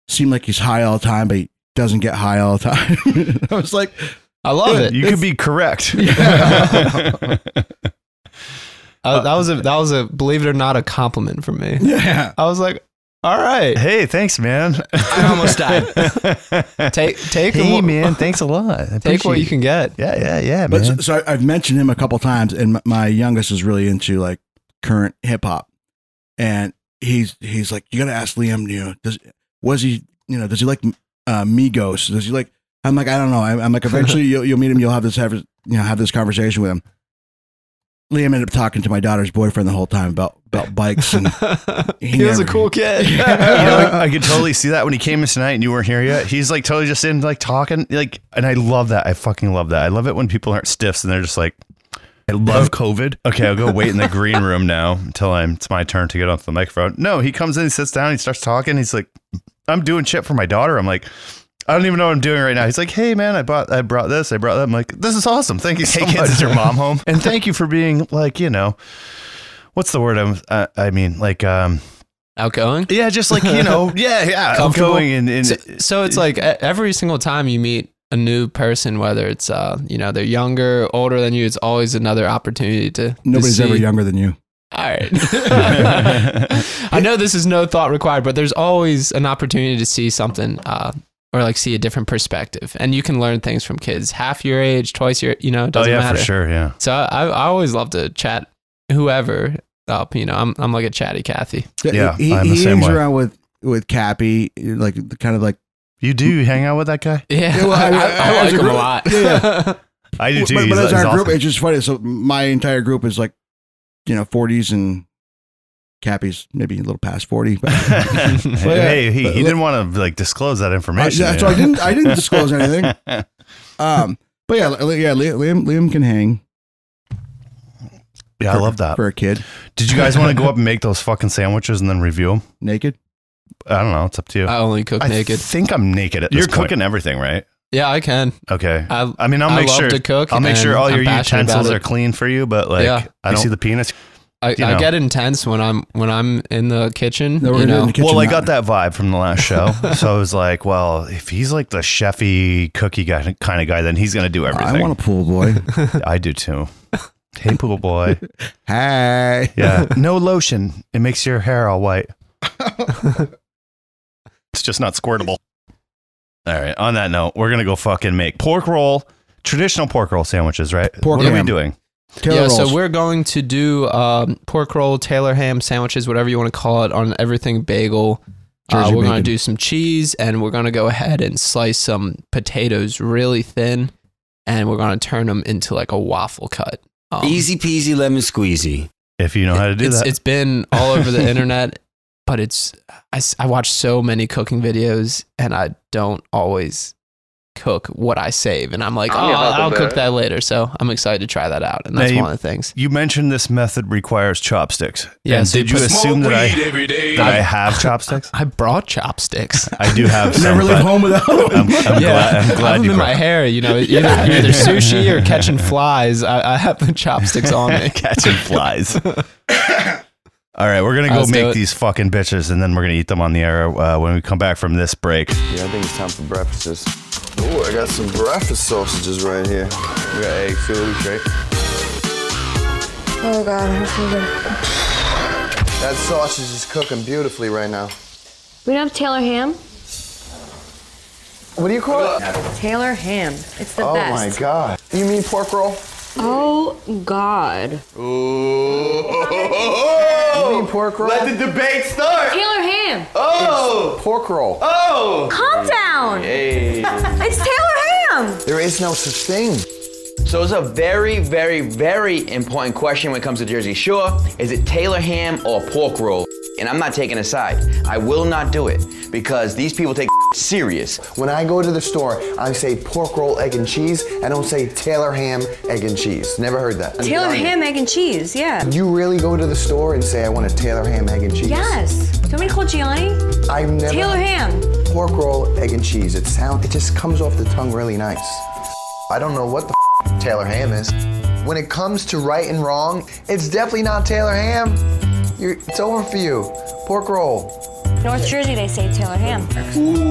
Speaker 7: seem like he's high all the time, but he doesn't get high all the time. I was like,
Speaker 8: I love it.
Speaker 5: you could be correct.
Speaker 8: Uh, that was a that was a believe it or not a compliment from me.
Speaker 7: yeah.
Speaker 8: I was like, all right,
Speaker 5: hey, thanks, man.
Speaker 8: I almost died. take take a
Speaker 5: hey,
Speaker 8: wo-
Speaker 5: man, thanks a lot. I
Speaker 8: Take what
Speaker 5: appreciate
Speaker 8: you can get.
Speaker 5: it. Yeah, yeah, yeah,
Speaker 7: But so,
Speaker 5: man.
Speaker 7: so I- I've mentioned him a couple times, and m- my youngest is really into like current hip hop, and he's he's like, you got to ask Liam, you know, does was he, you know, does he like uh, Migos? Does he like? I'm like, I don't know. I'm, I'm like, eventually you'll, you'll meet him, you'll have this have you know have this conversation with him. Liam ended up talking to my daughter's boyfriend the whole time about about bikes and
Speaker 8: He, was a
Speaker 7: never-
Speaker 8: cool kid.
Speaker 5: You know, I, I could totally see that when he came in tonight and you weren't here yet. He's like totally just in like talking, like, and I love that. I fucking love that. I love it when people aren't stiffs and they're just like, I love COVID. Okay, I'll go wait in the green room now until I'm it's my turn to get off the microphone. No, he comes in, he sits down, he starts talking. He's like, I'm doing shit for my daughter. I'm like, I don't even know what I'm doing right now. He's like, Hey man, I bought I brought this, I brought that. I'm like, This is awesome. Thank you so hey, much. Kids, is your mom home? And thank you for being like, you know, what's the word I'm, uh, I mean, like, um,
Speaker 8: outgoing.
Speaker 5: yeah, just like, you know, yeah, yeah,
Speaker 8: Comfortable?
Speaker 5: outgoing and, and
Speaker 8: so, so it's like e- every single time you meet a new person, whether it's uh, you know they're younger, older than you, it's always another opportunity to. to
Speaker 7: Nobody's ever
Speaker 8: see-
Speaker 7: younger than you.
Speaker 8: All right. I know this is no thought required, but there's always an opportunity to see something uh, or like see a different perspective, and you can learn things from kids half your age, twice your, you know, it
Speaker 5: oh,
Speaker 8: doesn't
Speaker 5: yeah,
Speaker 8: matter.
Speaker 5: for sure. Yeah.
Speaker 8: So I, I always love to chat whoever up. You know, I'm I'm like a chatty Cathy.
Speaker 5: Yeah,
Speaker 7: he,
Speaker 5: I'm
Speaker 7: he
Speaker 5: the same
Speaker 7: hangs
Speaker 5: way.
Speaker 7: around with with Cappy, like kind of like
Speaker 5: You do you hang out with that guy?
Speaker 8: Yeah,
Speaker 7: Yeah, well,
Speaker 8: I,
Speaker 7: I-
Speaker 8: I,
Speaker 7: I- I
Speaker 8: like
Speaker 7: was
Speaker 8: him
Speaker 7: agree-
Speaker 8: a lot.
Speaker 7: yeah.
Speaker 5: I do too.
Speaker 7: But,
Speaker 5: He's-
Speaker 7: but that's
Speaker 5: he's
Speaker 7: our group.
Speaker 5: awesome.
Speaker 7: It's just funny. So my entire group is like, you know, forties and Cappy's maybe a little past forty. But uh,
Speaker 5: hey, he,
Speaker 7: But
Speaker 5: he
Speaker 7: look-
Speaker 5: didn't want to like disclose that
Speaker 7: I,
Speaker 5: information.
Speaker 7: yeah,
Speaker 5: you
Speaker 7: so I
Speaker 5: know?
Speaker 7: didn't I didn't disclose anything. Um, but yeah, li- yeah, Liam Liam, Liam can hang
Speaker 5: yeah, I love that.
Speaker 7: for a kid
Speaker 5: Did you guys want to go up and make those fucking sandwiches and then review them?
Speaker 7: naked.
Speaker 5: I don't know. It's up to you.
Speaker 8: I only cook
Speaker 5: I
Speaker 8: Uh, naked.
Speaker 5: think I'm naked at this
Speaker 12: You're
Speaker 5: point.
Speaker 12: cooking everything, right?
Speaker 8: yeah, I can.
Speaker 5: Okay.
Speaker 8: I
Speaker 5: I mean, I'll
Speaker 8: I
Speaker 5: make
Speaker 8: love
Speaker 5: sure
Speaker 8: to cook
Speaker 5: I'll make sure
Speaker 8: and
Speaker 5: all your
Speaker 8: I'm passionate about
Speaker 5: utensils
Speaker 8: it.
Speaker 5: are clean for you, but like,
Speaker 8: Yeah.
Speaker 5: I
Speaker 12: You
Speaker 5: don't
Speaker 12: see
Speaker 5: see the peanuts.
Speaker 8: I,
Speaker 5: you know.
Speaker 8: I get intense when I'm when I'm in the kitchen.
Speaker 7: No,
Speaker 8: you
Speaker 7: we're gonna do it in
Speaker 8: know,
Speaker 7: the kitchen
Speaker 5: well, I
Speaker 7: now.
Speaker 5: got that vibe from the last show, so I was like, well, if he's like the chefy cookie guy kind of guy, then he's gonna do everything.
Speaker 7: I want a pool boy.
Speaker 5: I do too. Hey, pool boy.
Speaker 7: hey,
Speaker 5: Yeah. No lotion. It makes your hair all white. it's just not squirtable. All right. On that note, we're going to go fucking make pork roll, traditional pork roll sandwiches, right?
Speaker 7: Pork
Speaker 5: what are we
Speaker 7: ham.
Speaker 5: doing?
Speaker 7: Taylor
Speaker 8: yeah,
Speaker 7: rolls.
Speaker 8: so we're going to do um, pork roll, Taylor ham sandwiches, whatever you want to call it, on everything bagel. Uh, we're
Speaker 7: Jersey
Speaker 8: going
Speaker 7: bacon.
Speaker 8: to do some cheese, and we're going to go ahead and slice some potatoes really thin, and we're going to turn them into like a waffle cut. Um,
Speaker 12: Easy peasy lemon squeezy.
Speaker 5: If you know how to do
Speaker 8: it's,
Speaker 5: that.
Speaker 8: it's been all over the internet, but it's I, s- I watch so many cooking videos, and I don't always cook what I save, and I'm like, oh, I'll, I'll cook that later. So I'm excited to try that out, and that's
Speaker 5: Now you-
Speaker 8: one of the things.
Speaker 5: you mentioned this method requires chopsticks.
Speaker 8: Yeah,
Speaker 5: And
Speaker 8: so
Speaker 5: did
Speaker 8: you
Speaker 5: you
Speaker 8: put-
Speaker 5: assume that I,
Speaker 1: every day.
Speaker 5: that I have chopsticks?
Speaker 8: I brought chopsticks.
Speaker 5: I do have some.
Speaker 7: never leave
Speaker 5: but
Speaker 7: home without
Speaker 5: I'm,
Speaker 7: him.
Speaker 5: I'm glad,
Speaker 8: I
Speaker 5: I'm
Speaker 8: have
Speaker 5: glad
Speaker 8: them
Speaker 5: you
Speaker 8: in my
Speaker 5: brought
Speaker 8: hair. You know, either, either sushi or catching flies. I, I have the chopsticks on me.
Speaker 5: catching flies. All right, we're gonna go
Speaker 8: Let's do
Speaker 5: make
Speaker 8: it.
Speaker 5: these fucking bitches, and then we're gonna eat them on the air uh, when we come back from this break.
Speaker 13: Yeah, I think it's time for breakfast. Ooh, I got some breakfast sausages right here. We got egg too, right?
Speaker 4: Oh god, I feel good.
Speaker 13: That sausage is cooking beautifully right now.
Speaker 4: We don't have Taylor ham.
Speaker 13: What do you call it?
Speaker 14: Taylor ham. It's the
Speaker 13: oh
Speaker 14: best.
Speaker 13: my god. You mean pork roll?
Speaker 14: Oh God.
Speaker 13: You mean pork roll? Let the debate start.
Speaker 14: Taylor ham.
Speaker 13: Oh, pork roll. Oh,
Speaker 14: Calm down. it's Taylor ham.
Speaker 13: there is no such thing.
Speaker 15: So it's a very, very, very important question when it comes to Jersey Shore. Is it Taylor ham or pork roll? And I'm not taking a side. I will not do it because these people take serious.
Speaker 13: When I go to the store, I say pork roll, egg and cheese. I don't say Taylor ham, egg and cheese. Never heard that.
Speaker 14: Taylor ham, egg and cheese. Yeah.
Speaker 13: You really go to the store and say I want a Taylor ham, egg and cheese?
Speaker 14: Yes. Do you want me to call Gianni?
Speaker 13: I've never.
Speaker 14: Taylor ham.
Speaker 13: pork roll, egg and cheese. It sound it just comes off the tongue really nice. I don't know what the f- Taylor ham is. When it comes to right and wrong, it's definitely not Taylor ham. You're, it's over for you. Pork roll.
Speaker 14: North Jersey, they say Taylor ham.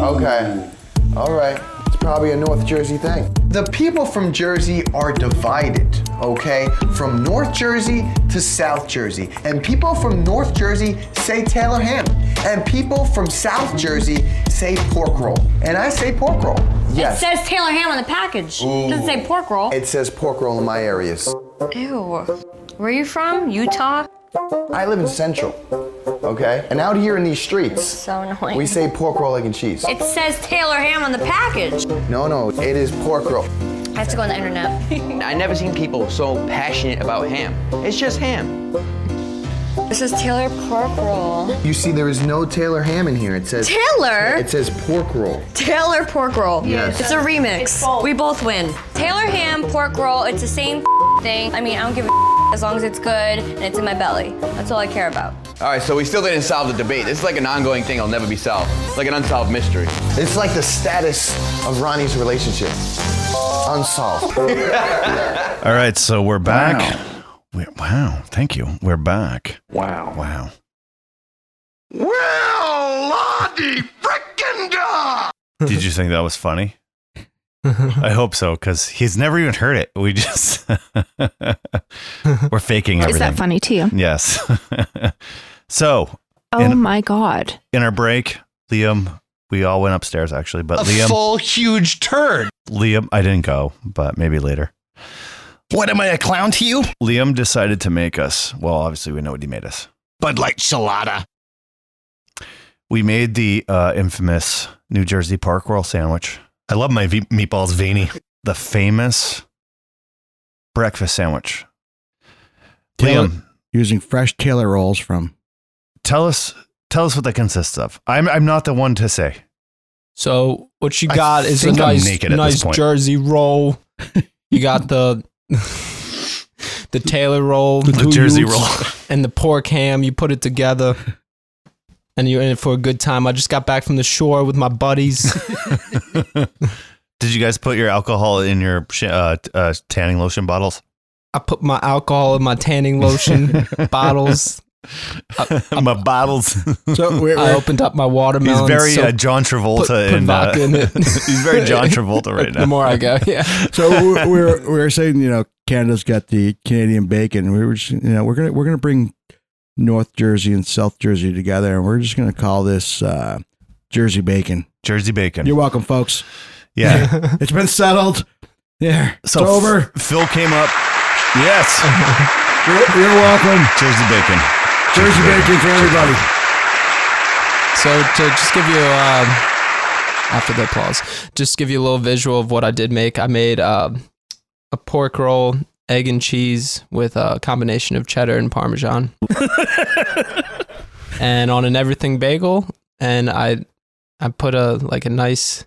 Speaker 13: Okay. All right. It's probably a North Jersey thing. The people from Jersey are divided, okay? From North Jersey to South Jersey. And people from North Jersey say Taylor ham. And people from South Jersey say pork roll. And I say pork roll. Yes.
Speaker 14: It says Taylor ham on the package. It doesn't say pork roll.
Speaker 13: It says pork roll in my areas.
Speaker 14: Ew. Where you from? Utah.
Speaker 13: I live in Central, okay? And out here in these streets,
Speaker 14: So annoying.
Speaker 13: we say pork roll, egg, and cheese.
Speaker 14: It says Taylor ham on the package.
Speaker 13: No, no, it is pork roll.
Speaker 14: I have to go on the internet.
Speaker 15: I never seen people so passionate about ham. It's just ham.
Speaker 14: this is Taylor pork roll.
Speaker 13: You see, there is no Taylor ham in here. It says
Speaker 14: Taylor?
Speaker 13: It says pork roll.
Speaker 14: Taylor pork roll.
Speaker 13: Yes.
Speaker 14: It's a remix. we both win. Taylor ham pork roll. It's the same thing. I mean, I don't give a as long as it's good and it's in my belly. That's all I care about.
Speaker 15: All right, so we still didn't solve the debate. This is like an ongoing thing. It'll never be solved. It's like an unsolved mystery.
Speaker 13: It's like the status of Ronnie's relationship. Unsolved.
Speaker 5: All right, so we're back. We're, wow. Thank you. We're back.
Speaker 16: Wow.
Speaker 5: Wow.
Speaker 16: Well, Lottie frickin' da!
Speaker 5: Did you think that was funny? I hope so, because he's never even heard it. We just we're faking everything.
Speaker 6: Is that funny to you?
Speaker 5: Yes. so,
Speaker 6: Oh
Speaker 5: in,
Speaker 6: my God.
Speaker 5: in our break, Liam, we all went upstairs actually, but
Speaker 16: A
Speaker 5: Liam,
Speaker 16: full, huge turd.
Speaker 5: Liam, I didn't go, but maybe later.
Speaker 16: What am I, a clown to you?
Speaker 5: Liam decided to make us. Well, obviously, we know what he made us.
Speaker 16: Bud Light Salada.
Speaker 5: We made the uh, infamous New Jersey pork roll sandwich. I love my v- meatballs veiny. The famous breakfast sandwich.
Speaker 7: Taylor-
Speaker 5: Liam,
Speaker 7: using fresh Taylor rolls from
Speaker 5: tell us tell us what that consists of. I'm I'm not the one to say.
Speaker 8: So what you
Speaker 5: I
Speaker 8: got is a
Speaker 5: think I'm
Speaker 8: nice,
Speaker 5: naked at this
Speaker 8: nice
Speaker 5: point.
Speaker 8: Jersey roll. You got the the Taylor roll,
Speaker 5: The
Speaker 8: two
Speaker 5: Jersey
Speaker 8: utes,
Speaker 5: roll.
Speaker 8: and the pork ham. You put it together, and you're in it for a good time. I just got back from the shore with my buddies.
Speaker 5: Did you guys put your alcohol in your sh- uh, t- uh, tanning lotion bottles?
Speaker 8: I put my alcohol in my tanning lotion bottles. I,
Speaker 5: my bottles.
Speaker 7: So
Speaker 8: I opened up my watermelon.
Speaker 5: He's very
Speaker 8: so
Speaker 5: uh, John Travolta
Speaker 8: put, put
Speaker 5: in, uh,
Speaker 8: vodka in it.
Speaker 5: he's very John Travolta right now.
Speaker 8: the more I go, yeah.
Speaker 7: So Oh, we're, we're we're saying you know Canada's got the Canadian bacon. We were just you know we're gonna we're gonna bring North Jersey and South Jersey together, and we're just gonna call this uh, Jersey bacon.
Speaker 5: Jersey bacon.
Speaker 7: You're welcome, folks.
Speaker 5: yeah.
Speaker 7: it's been settled. Yeah,
Speaker 5: So
Speaker 7: it's over.
Speaker 5: F- Phil came up. Yes.
Speaker 7: you're, you're welcome.
Speaker 5: Jersey bacon.
Speaker 7: Jersey bacon for everybody.
Speaker 8: So to just give you um, after the applause, just give you a little visual of what I did make. I made um, a pork roll, egg and cheese with a combination of cheddar and parmesan, and on an everything bagel. And I I put a like a nice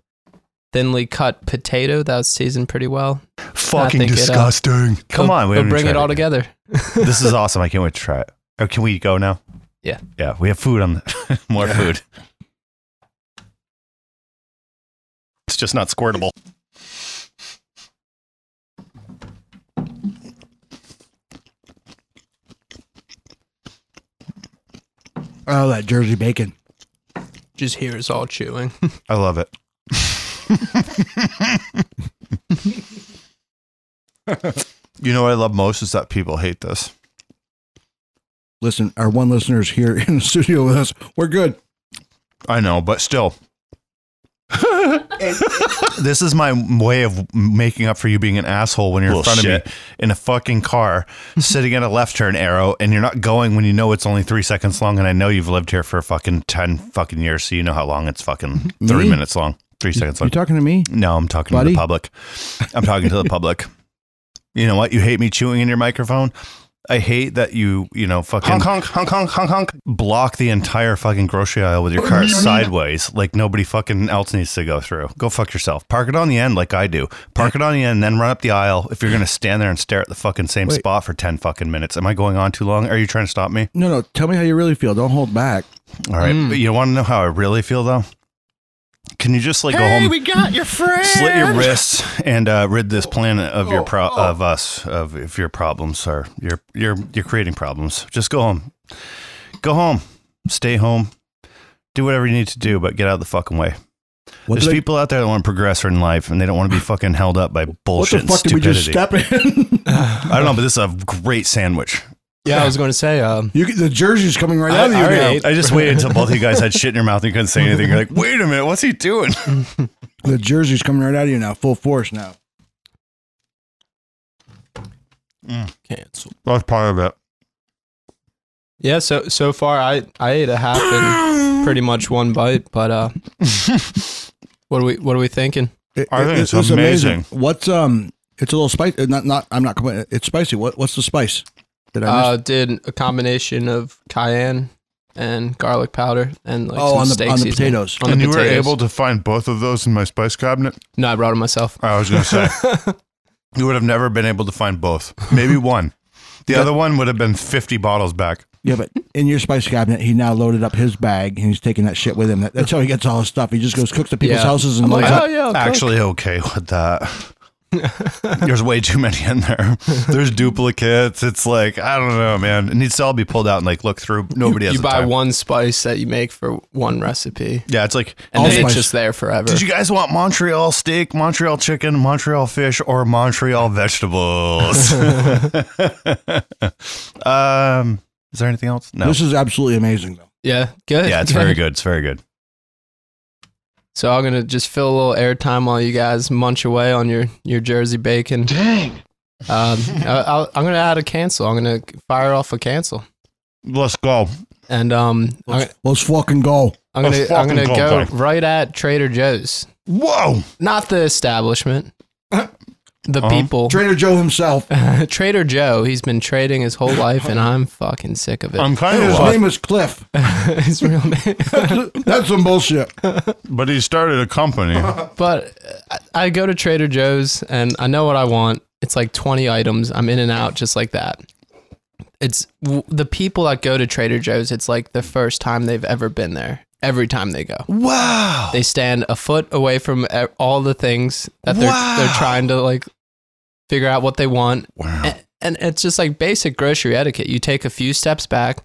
Speaker 8: thinly cut potato that was seasoned pretty well.
Speaker 5: Fucking
Speaker 8: I think it, uh,
Speaker 5: disgusting. Come
Speaker 8: it'll-
Speaker 5: on,
Speaker 8: it'll
Speaker 5: we haven't
Speaker 8: bring
Speaker 5: tried
Speaker 8: it all
Speaker 5: it
Speaker 8: together.
Speaker 5: this is awesome. I can't wait to try it. Oh, can we go now?
Speaker 8: Yeah.
Speaker 5: Yeah. We have food on the, more food. It's just not squirtable.
Speaker 7: Oh, that Jersey bacon.
Speaker 8: Just here is all chewing.
Speaker 5: I love it. you know what I love most is that people hate this.
Speaker 7: Listen, our one listener is here in the studio with us. We're good.
Speaker 5: I know, but still. this is my way of making up for you being an asshole when you're in front of
Speaker 12: Bullshit.
Speaker 5: me in a fucking car, sitting at a left turn arrow, and you're not going when you know it's only three seconds long. And I know you've lived here for fucking 10 fucking years, so you know how long it's fucking 30
Speaker 7: Me?
Speaker 5: minutes long, three seconds long.
Speaker 7: You talking to me?
Speaker 5: No, I'm talking to
Speaker 7: Buddy?
Speaker 5: the public. I'm talking to the public. You know what? You hate me chewing in your microphone. I hate that you, you know, fucking
Speaker 12: Honk, honk, honk, honk, honk, honk.
Speaker 5: block the entire fucking grocery aisle with your car sideways like nobody fucking else needs to go through. Go fuck yourself. Park it on the end like I do. Park it on the end, then run up the aisle if you're going to stand there and stare at the fucking same
Speaker 7: Wait.
Speaker 5: spot for 10 fucking minutes. Am I going on too long? Are you trying to stop me?
Speaker 7: No, no. Tell me how you really feel. Don't hold back.
Speaker 5: All right. But
Speaker 16: Mm.
Speaker 5: you want to know how I really feel though? Can you just like go home?
Speaker 16: got your friend. Oh,
Speaker 5: slit your wrists and uh, rid this planet of your pro- of us of if your problems are you're you're you're creating problems. Just go home, go home, stay home, do whatever you need to do, but get out of the fucking way.
Speaker 7: What
Speaker 5: There's
Speaker 7: did I-
Speaker 5: people out there that want to progress in life and they don't want to be fucking held up by
Speaker 7: What the
Speaker 5: bullshit. and
Speaker 7: fuck did we just
Speaker 5: stupidity.
Speaker 7: step in?
Speaker 5: I don't know, but this is a great sandwich.
Speaker 8: Yeah, I was going to say. Um,
Speaker 7: You, the jersey's coming right
Speaker 5: I,
Speaker 7: out of you
Speaker 5: I-
Speaker 7: now.
Speaker 5: I just waited until both of you guys had shit in your mouth and couldn't say anything. You're like, wait a minute, what's he doing?
Speaker 7: The jersey's coming right out of you now, full force now.
Speaker 8: cancel.
Speaker 5: That's part of it.
Speaker 8: Yeah, so so far I I ate a half and pretty much one bite, but uh what are we what are we thinking?
Speaker 5: I think it's
Speaker 7: was
Speaker 5: amazing.
Speaker 7: What's um? It's a little spicy. Not not. I'm not complaining. It's spicy. What what's the spice? Did I
Speaker 8: Uh
Speaker 7: miss?
Speaker 8: did a combination of cayenne and garlic powder and like
Speaker 7: Oh,
Speaker 8: some
Speaker 7: on the-
Speaker 8: steak
Speaker 7: on the
Speaker 8: seasoning.
Speaker 7: potatoes.
Speaker 8: On
Speaker 5: and
Speaker 8: the
Speaker 5: you were
Speaker 8: potatoes.
Speaker 5: able to find both of those in my spice cabinet.
Speaker 8: No, I brought it myself.
Speaker 5: I was going to say. you would have never been able to find both. Maybe one. The other one would have been 50 bottles back.
Speaker 7: yeah, but in your spice cabinet, he now loaded up his bag and he's taking that shit with him. That, that's how he gets all his stuff. He just goes cooks at people's
Speaker 8: Yeah.
Speaker 7: houses and
Speaker 8: I'm
Speaker 7: loads
Speaker 8: like,
Speaker 7: up.
Speaker 8: oh yeah, I'll cook."
Speaker 5: Actually, okay with that. There's way too many in there. There's duplicates. It's like I don't know, man. It needs to all be pulled out and like look through. Nobody
Speaker 8: you,
Speaker 5: has.
Speaker 8: you
Speaker 5: the
Speaker 8: buy
Speaker 5: time.
Speaker 8: one spice that you make for one recipe.
Speaker 5: Yeah, it's like
Speaker 8: and
Speaker 5: all
Speaker 8: then it's
Speaker 5: spice.
Speaker 8: just there forever.
Speaker 5: Did you guys want Montreal steak, Montreal chicken, Montreal fish, or Montreal vegetables? um, is there anything else? No.
Speaker 7: This is absolutely amazing, though.
Speaker 8: Yeah, good.
Speaker 5: yeah, it's very good. It's very good.
Speaker 8: So I'm gonna just fill a little air time while you guys munch away on your your Jersey bacon. Dang. Um, I, I'll, I'm gonna add a cancel. I'm gonna fire off a cancel.
Speaker 5: Let's go.
Speaker 8: And um, I'm, gonna-
Speaker 7: Let's fucking go.
Speaker 8: I'm gonna
Speaker 7: Let's
Speaker 8: I'm
Speaker 7: fucking
Speaker 8: gonna go,
Speaker 7: guy.
Speaker 8: right at Trader Joe's.
Speaker 5: Whoa!
Speaker 8: Not the establishment. The
Speaker 7: Uh-huh.
Speaker 8: people.
Speaker 7: Trader Joe himself.
Speaker 8: Trader Joe. He's been trading his whole life, and I'm fucking sick of it.
Speaker 5: I'm kind of
Speaker 7: His
Speaker 5: lost.
Speaker 7: name is Cliff.
Speaker 8: His real name.
Speaker 7: That's some bullshit.
Speaker 5: But he started a company.
Speaker 8: Oh, But uh, I, I go to Trader Joe's and I know what I want. It's like 20 items. I'm in and out just like that. It's w- the people that go to Trader Joe's, it's like the first time they've ever been there. Every time they go.
Speaker 5: Wow.
Speaker 8: They stand a foot away from e- all the things that they're, they're trying to like figure out what they want.
Speaker 5: Wow.
Speaker 8: And, and it's just like basic grocery etiquette. You take a few steps back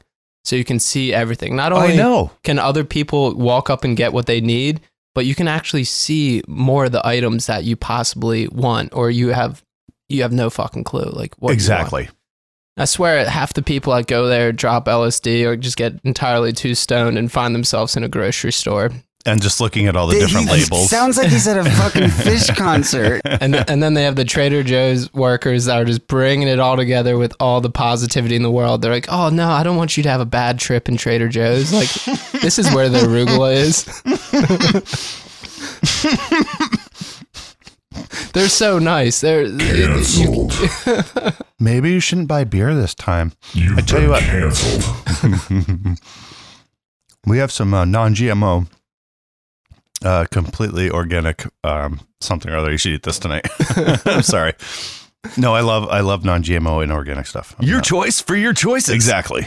Speaker 8: so you can see everything. Not
Speaker 5: I
Speaker 8: only
Speaker 5: know.
Speaker 8: can other people walk up and get what they need, but you can actually see more of the items that you possibly want or you have you have no fucking clue like what you want.
Speaker 5: exactly.
Speaker 8: I swear half the people that go there drop LSD or just get entirely too stoned and find themselves in a grocery store.
Speaker 5: And just looking at all the
Speaker 8: They-
Speaker 5: different
Speaker 8: he- he
Speaker 5: labels.
Speaker 8: sounds like he's at a fucking
Speaker 11: fish concert.
Speaker 8: and and then they have the Trader Joe's workers that are just bringing it all together with all the positivity in the world. They're like, "Oh no, I don't want you to have a bad trip in Trader Joe's. Like, this is where the arugula is." They're so nice. They're
Speaker 9: Cancelled.
Speaker 5: Maybe you shouldn't buy beer this time. I tell you what. Canceled. we have some uh, non-GMO, uh, completely organic um, something or other. You should eat this tonight. I'm sorry. No, I love I love non-GMO and organic stuff. your choice for your choices. Exactly.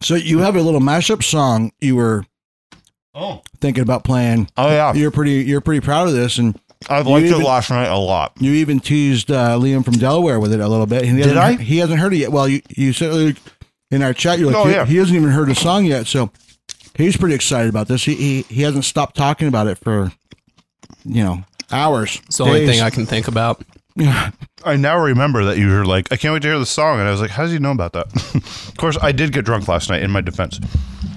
Speaker 7: So you have a little mashup song you were
Speaker 8: Oh.
Speaker 7: thinking about playing.
Speaker 5: Oh
Speaker 8: Uh,
Speaker 5: yeah,
Speaker 7: you're pretty you're pretty proud of this, and
Speaker 5: I've
Speaker 7: you
Speaker 5: liked it
Speaker 7: even-
Speaker 5: last night a lot.
Speaker 7: You even teased uh, Liam from Delaware with it a little bit. He
Speaker 5: Did
Speaker 7: hasn't-
Speaker 5: I?
Speaker 7: He hasn't heard it yet. Well, you, you said like, in our chat, you're like,
Speaker 5: Oh,
Speaker 7: he,
Speaker 5: yeah.
Speaker 7: he hasn't even heard the song yet. So he's pretty excited about this. He, he, he hasn't stopped talking about it for, you know, hours.
Speaker 8: It's the only thing I can think about.
Speaker 5: I now remember that you were like, I can't wait to hear the song, and I was like, How does he know about that? of course, I did get drunk last night. In my defense,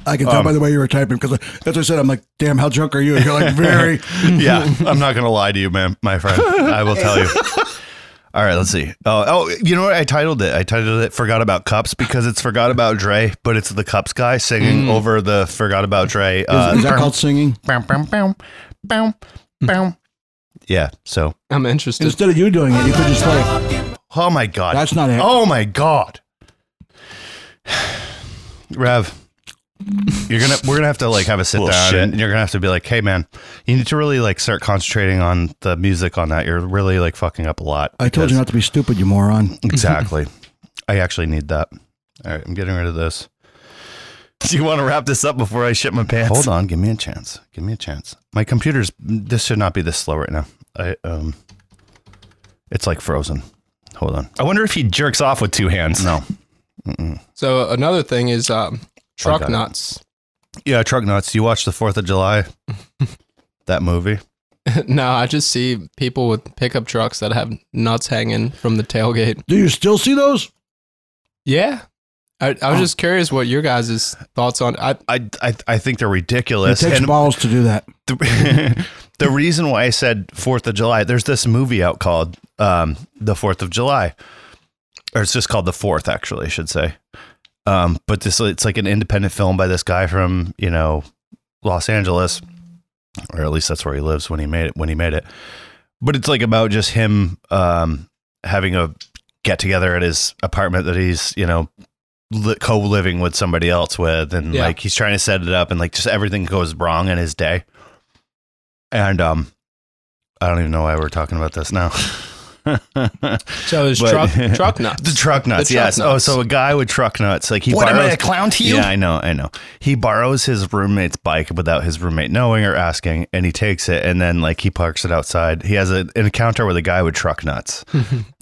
Speaker 7: I can tell
Speaker 5: Um,
Speaker 7: by the way you were typing because, as I said, I'm like, damn, how drunk are you? And you're like, very.
Speaker 5: yeah, I'm not gonna lie to you, man, my friend. I will tell you. All right, let's see. Oh, oh, you know what? I titled it. I titled it "Forgot About Cups" because it's "Forgot About Dre," but it's the Cups guy singing
Speaker 7: Mm.
Speaker 5: over the "Forgot About Dre." Uh,
Speaker 7: is, is that called singing?
Speaker 5: Mm. Yeah. So
Speaker 8: I'm interested.
Speaker 7: Instead of you doing it, you could just like.
Speaker 5: Oh my god.
Speaker 7: That's not it.
Speaker 5: Oh my god. Rev, you're gonna we're gonna have to like have a sit down,
Speaker 12: Bullshit.
Speaker 5: and you're gonna have to be like, hey man, you need to really like start concentrating on the music on that. You're really like fucking up a lot.
Speaker 7: I told you
Speaker 5: because-
Speaker 7: not to be stupid, you moron.
Speaker 5: Exactly. I actually need that. All right, I'm getting rid of this. Do you want to wrap this up before I shit my pants? Hold on, give me a chance. Give me a chance. My computer's this should not be this slow right now. I um it's like frozen. Hold on. I wonder if he jerks off with two hands. No. Mm-mm.
Speaker 8: So another thing is um,
Speaker 5: I
Speaker 8: truck
Speaker 5: got it.
Speaker 8: nuts.
Speaker 5: Yeah, truck nuts. You watch the 4th of July? that movie?
Speaker 8: no, I just see people with pickup trucks that have nuts hanging from the tailgate.
Speaker 7: Do you still see those?
Speaker 8: Yeah. I, I
Speaker 5: Oh.
Speaker 8: was just curious what your guys' thoughts on. I
Speaker 5: I I, I think they're
Speaker 7: It
Speaker 5: ridiculous.
Speaker 7: takes
Speaker 5: And-
Speaker 7: balls to do that.
Speaker 5: the, the reason why I said Fourth of July, there's this movie out called um, The Fourth of July, or it's just called The Fourth, actually, I should say. Um, but this it's like an independent film by this guy from you know Los Angeles, or at least that's where he lives when he made it. When he made it, but it's like about just him um, having a get together at his apartment that he's you know li- co-living with somebody else with and
Speaker 12: Yeah.
Speaker 5: like he's trying to set it up and like just everything goes wrong in his day and um i don't even know why we're talking about this now
Speaker 8: So it was
Speaker 5: But-
Speaker 8: truck truck nuts.
Speaker 5: The truck nuts,
Speaker 8: The truck
Speaker 5: yes. Oh,
Speaker 8: nuts.
Speaker 5: so a guy with truck nuts, like he
Speaker 8: What, am I
Speaker 5: borrows,
Speaker 8: a clown to you?
Speaker 5: Yeah, I know, I know. He borrows his roommate's bike without his roommate knowing or asking, and he takes it, and then like he parks it outside. He has a, an encounter with a guy with truck nuts,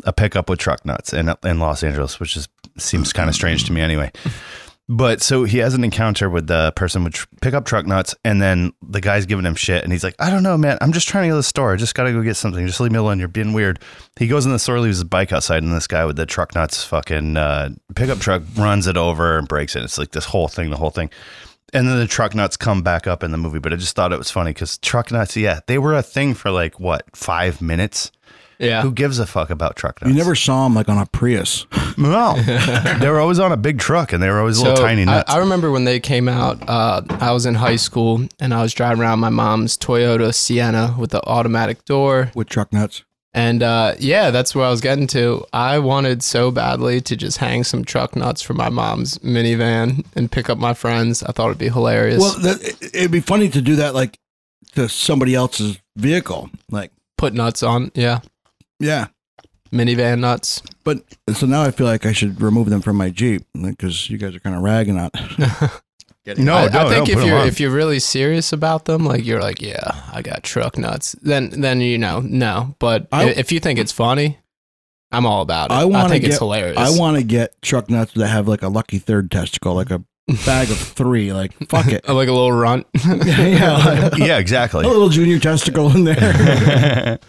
Speaker 5: a pickup with truck nuts in in Los Angeles, which is seems kind of strange to me anyway. But so he has an encounter with the person with tr- pickup truck nuts, and then the guy's giving him shit, and he's like, "I don't know, man. I'm just trying to go to the store. I just gotta go get something. Just leave me alone. You're being weird." He goes in the store, leaves his bike outside, and this guy with the truck nuts, fucking uh, pickup truck, runs it over and breaks it. It's like this whole thing, the whole thing. And then the truck nuts come back up in the movie, but I just thought it was funny because truck nuts, yeah, they were a thing for like what five minutes.
Speaker 8: Yeah.
Speaker 5: Who gives a fuck about truck nuts?
Speaker 7: You never saw him like on a Prius.
Speaker 5: No. they were always on a big truck and they were always little
Speaker 8: So,
Speaker 5: tiny
Speaker 8: I-
Speaker 5: nuts.
Speaker 8: I, remember when they came out. Uh, I was in high school and I was driving around my mom's Toyota Sienna with the automatic door
Speaker 7: with truck nuts.
Speaker 8: And uh, yeah, that's where I was getting to. I wanted so badly to just hang some truck nuts from my mom's minivan and pick up my friends. I thought it'd be hilarious.
Speaker 7: Well, that, it- it'd be funny to do that like to somebody else's vehicle, like
Speaker 8: put nuts on. Yeah,
Speaker 7: yeah,
Speaker 8: minivan nuts.
Speaker 7: But so now I feel like I should remove them from my Jeep because you guys are kind of ragging on.
Speaker 8: I, I think if you're if you're really serious about them, like you're like, yeah, I got truck nuts. Then then you know, no. But
Speaker 7: I-
Speaker 8: i- if you think it's funny, I'm all about it.
Speaker 7: I
Speaker 8: I,
Speaker 7: want to
Speaker 8: think
Speaker 7: get.
Speaker 8: it's hilarious.
Speaker 7: I want to get truck nuts that have like a lucky third testicle, like a bag of three. Like fuck it,
Speaker 8: Uh, like a little runt.
Speaker 7: yeah, like-
Speaker 5: yeah, exactly.
Speaker 7: a little junior testicle in there.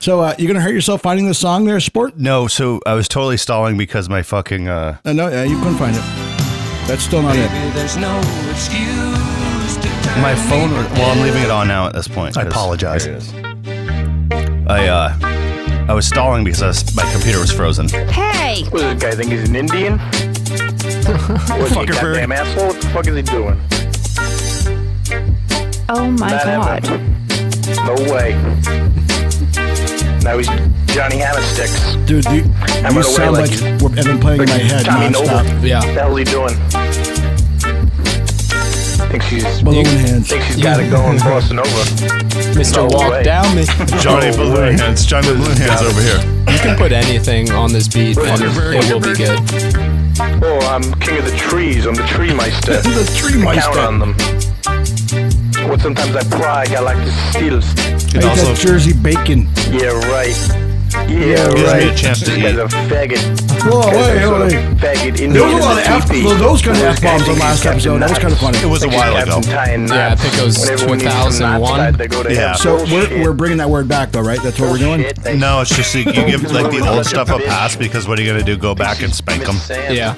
Speaker 7: so uh, you're gonna hurt yourself finding the song there, sport?
Speaker 5: no, so I was totally stalling because my fucking uh
Speaker 7: Uh, no, yeah, you couldn't find it. That's still not it.
Speaker 1: There's no excuse to turn
Speaker 5: my phone
Speaker 1: me
Speaker 5: was, well, I'm leaving it on now at this point.
Speaker 1: I
Speaker 5: 'cause-
Speaker 1: apologize.
Speaker 5: Here it is. I uh I was stalling because I was, my computer was frozen.
Speaker 17: Hey! What does this guy think he's an Indian? What's he,
Speaker 5: Fucker bird.
Speaker 17: goddamn asshole? What the fuck is he doing?
Speaker 6: Oh my
Speaker 17: Not
Speaker 6: god.
Speaker 17: happening. No way. Now he's Johnny Hammersticks.
Speaker 7: Dude, you,
Speaker 17: I'm gonna
Speaker 7: you sound
Speaker 17: wear
Speaker 7: like,
Speaker 17: like-
Speaker 7: what I've been playing in my head
Speaker 17: Tommy
Speaker 7: nonstop.
Speaker 17: Noble. What the hell is he doing? Thinks he's,
Speaker 7: Balloon hands.
Speaker 17: thinks he's got it going crossing over.
Speaker 8: Mr. Walk Down Me.
Speaker 5: Johnny Balloon Hands. Johnny Balloon Hands over here.
Speaker 8: You can put anything on this beat and it will be good.
Speaker 17: Oh, I'm king of the trees. I'm the tree meister.
Speaker 7: the tree
Speaker 17: Count
Speaker 7: meister.
Speaker 17: on them. Well, sometimes I pry. I like to steal.
Speaker 7: Make that Jersey bacon.
Speaker 17: Yeah, right. Yeah,
Speaker 7: Gives me
Speaker 17: right.
Speaker 7: a chance to
Speaker 17: This guy's a faggot.
Speaker 7: Whoa,
Speaker 17: This guy's
Speaker 7: wait,
Speaker 17: a sort
Speaker 7: wait.
Speaker 17: of Faggot in
Speaker 7: There was a lot of F- well, those kind of F-bombs on last episode. That was kind of funny. It was a while ago.
Speaker 8: Yeah, I think it was 2001.
Speaker 5: Yeah.
Speaker 7: So we're, we're bringing that word back though, right? That's what we're doing.
Speaker 5: No, it's just you, you give like the old stuff a pass because what are you gonna do? Go back and spank them?
Speaker 8: Yeah.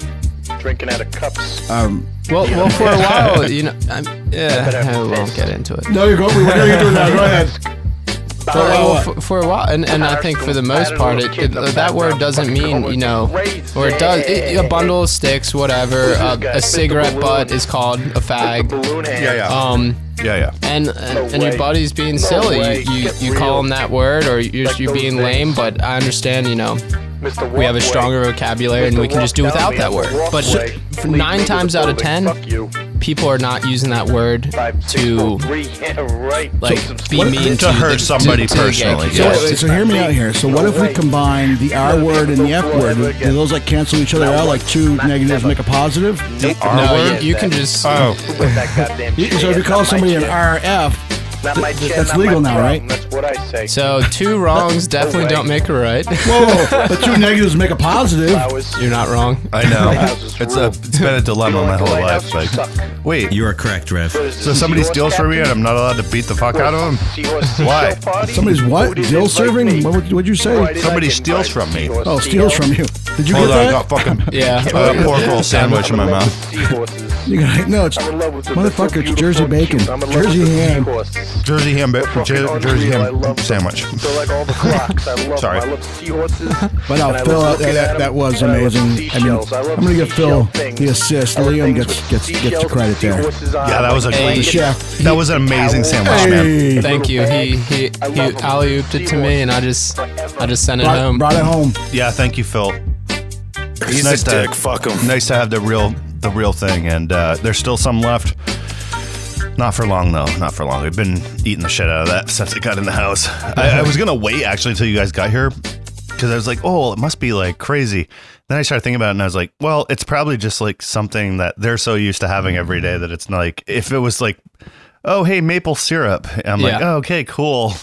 Speaker 17: Drinking out of cups.
Speaker 7: Um,
Speaker 8: Well, well, for a while, you know, I'm, yeah, I won't get into it.
Speaker 7: No, you're going. We're gonna do it now. Go ahead.
Speaker 8: For, well, for, for a while, and, and I think for the most part, it, it, that word doesn't mean you know, or it does. It, a bundle of sticks, whatever. Uh, a cigarette butt is called a fag.
Speaker 5: Yeah, yeah.
Speaker 8: Um,
Speaker 5: Yeah, yeah.
Speaker 8: and and, and your buddy's being silly. You you, you call him that word, or you're you're being lame. But I understand, you know, we have a stronger vocabulary, and we can just do without that word. But for nine times out of ten, people are not using that word to
Speaker 17: Yeah, right.
Speaker 8: like be
Speaker 7: What-
Speaker 8: mean
Speaker 5: To hurt somebody
Speaker 8: the gay
Speaker 5: personally,
Speaker 8: community.
Speaker 7: So, wait, so hear me out here. So what if we combine the R word and the F word? Do those like cancel each other out? Like two negatives make a positive?
Speaker 8: No, you, you can just.
Speaker 7: Oh.
Speaker 17: With that goddamn
Speaker 7: You- So if you call somebody an RF,
Speaker 17: Not my
Speaker 7: th-
Speaker 17: chin,
Speaker 7: that's
Speaker 17: not
Speaker 7: legal
Speaker 17: my
Speaker 7: now,
Speaker 17: problem.
Speaker 7: right?
Speaker 17: That's what I say.
Speaker 8: So two wrongs definitely don't make a right.
Speaker 7: Whoa, but Oh, two negatives make a positive.
Speaker 8: You're not wrong.
Speaker 5: I know. It's a it's been a dilemma my whole life. But wait, you are correct, Rev. So somebody steals from me and I'm not allowed to beat the fuck out of them. Why?
Speaker 7: Somebody's what? Dill serving? What would what'd you say?
Speaker 5: Somebody steals from me.
Speaker 7: Oh, steals from you. Did you
Speaker 5: Hold
Speaker 7: get
Speaker 5: on,
Speaker 7: that?
Speaker 5: I got fucking
Speaker 8: yeah.
Speaker 5: I got a pork roll sandwich in my mouth.
Speaker 7: You got no, it's motherfucker. It's Jersey bacon, Jersey ham.
Speaker 5: Jersey ham, Jer- Jersey ham sandwich. Sorry.
Speaker 7: But no, Phil, that, that, that was amazing. I mean, I'm gonna give Phil the assist. Liam gets gets gets the credit there.
Speaker 5: Yeah, that was a
Speaker 8: Hey.
Speaker 5: great
Speaker 7: chef.
Speaker 5: That was an amazing sandwich,
Speaker 7: Hey.
Speaker 5: man.
Speaker 8: Thank you. He he, he alley ooped it to me, and I just I just sent it
Speaker 5: Brought-
Speaker 8: home.
Speaker 5: brought it
Speaker 7: home.
Speaker 5: Yeah, thank you, Phil.
Speaker 8: He's
Speaker 5: It's
Speaker 8: a dick,
Speaker 5: fuck him. Nice to have the real the real thing, and uh, there's still some left. Not for long though. Not for long. We've been eating the shit out of that since it got in the house. I, I was gonna wait actually until you guys got here because I was like, oh, it must be like crazy. Then I started thinking about it and I was like, well, it's probably just like something that they're so used to having every day that it's like if it was like, oh hey, maple syrup. I'm like,
Speaker 7: Yeah.
Speaker 5: oh, okay, cool.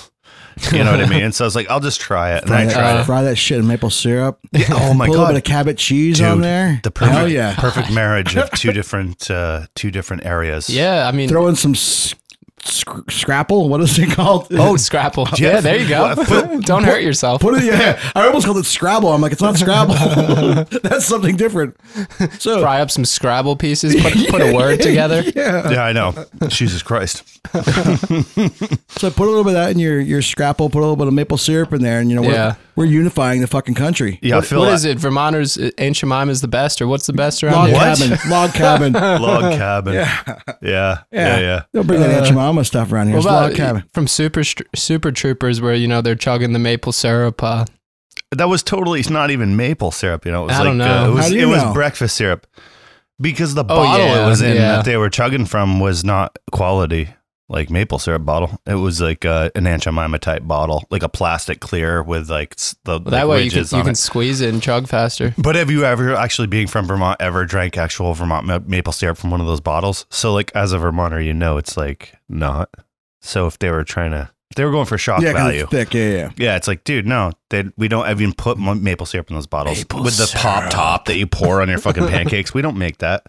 Speaker 5: You know what I mean? And so I was like, I'll just try it. And
Speaker 7: Fry,
Speaker 5: I
Speaker 7: that,
Speaker 5: tried it.
Speaker 7: fry that shit in maple syrup.
Speaker 5: oh my
Speaker 7: Put A little
Speaker 5: God.
Speaker 7: bit of Cabot cheese
Speaker 5: Dude,
Speaker 7: on there.
Speaker 5: The perfect,
Speaker 7: Hell yeah.
Speaker 5: perfect marriage of two different uh, two different areas.
Speaker 8: Yeah, I mean,
Speaker 7: throw in some s- sc- scrapple. What is it called?
Speaker 8: Oh, scrapple. Yeah, there you go. Don't hurt yourself.
Speaker 7: Put it. Yeah, I almost called it Scrabble. I'm like, it's not Scrabble. That's something different. So
Speaker 8: fry up some Scrabble pieces. Put, put a word together.
Speaker 7: Yeah.
Speaker 5: Yeah, I know. Jesus Christ.
Speaker 7: So put a little bit of that in your your scrapple. Put a little bit of maple syrup in there, and you know
Speaker 8: Yeah.
Speaker 7: we're, we're unifying the fucking country.
Speaker 8: What- what is it? Vermonters, uh, Aunt Jemima's the best, or what's the best around
Speaker 7: Log
Speaker 8: here?
Speaker 7: cabin. Log cabin.
Speaker 5: Log cabin.
Speaker 7: Yeah.
Speaker 5: Yeah.
Speaker 7: Yeah.
Speaker 5: Yeah. Yeah.
Speaker 7: They'll bring that
Speaker 8: Uh,
Speaker 7: Aunt Jemima stuff around here.
Speaker 8: What
Speaker 7: It's
Speaker 8: about
Speaker 7: log cabin.
Speaker 8: uh, from Super Str- Super Troopers, where you know they're chugging the maple syrup? Uh,
Speaker 5: That was totally it's not even maple syrup, you know. It was
Speaker 8: I
Speaker 5: like
Speaker 8: don't
Speaker 5: uh,
Speaker 8: know.
Speaker 5: it was
Speaker 8: How do
Speaker 5: it
Speaker 8: you
Speaker 5: was
Speaker 8: know?
Speaker 5: breakfast syrup. Because the
Speaker 8: Oh,
Speaker 5: bottle
Speaker 8: yeah,
Speaker 5: it was in
Speaker 8: yeah.
Speaker 5: that they were chugging from was not quality like maple syrup bottle. It was like uh, an Aunt Jemima type bottle, like a plastic clear with like s- the
Speaker 8: that
Speaker 5: like
Speaker 8: way you can
Speaker 5: ridges
Speaker 8: you
Speaker 5: on
Speaker 8: can
Speaker 5: it.
Speaker 8: squeeze it and chug faster.
Speaker 5: But have you ever actually being from Vermont ever drank actual Vermont ma- maple syrup from one of those bottles? So like as a Vermonter, you know it's like not. So if they were trying to, they were going for shock
Speaker 7: Yeah, 'cause
Speaker 5: value.
Speaker 7: it's thick. Yeah, yeah.
Speaker 5: Yeah, it's like, dude, no, they, we don't even put ma- maple syrup in those bottles with the pop top that you pour on your fucking pancakes. We don't make that.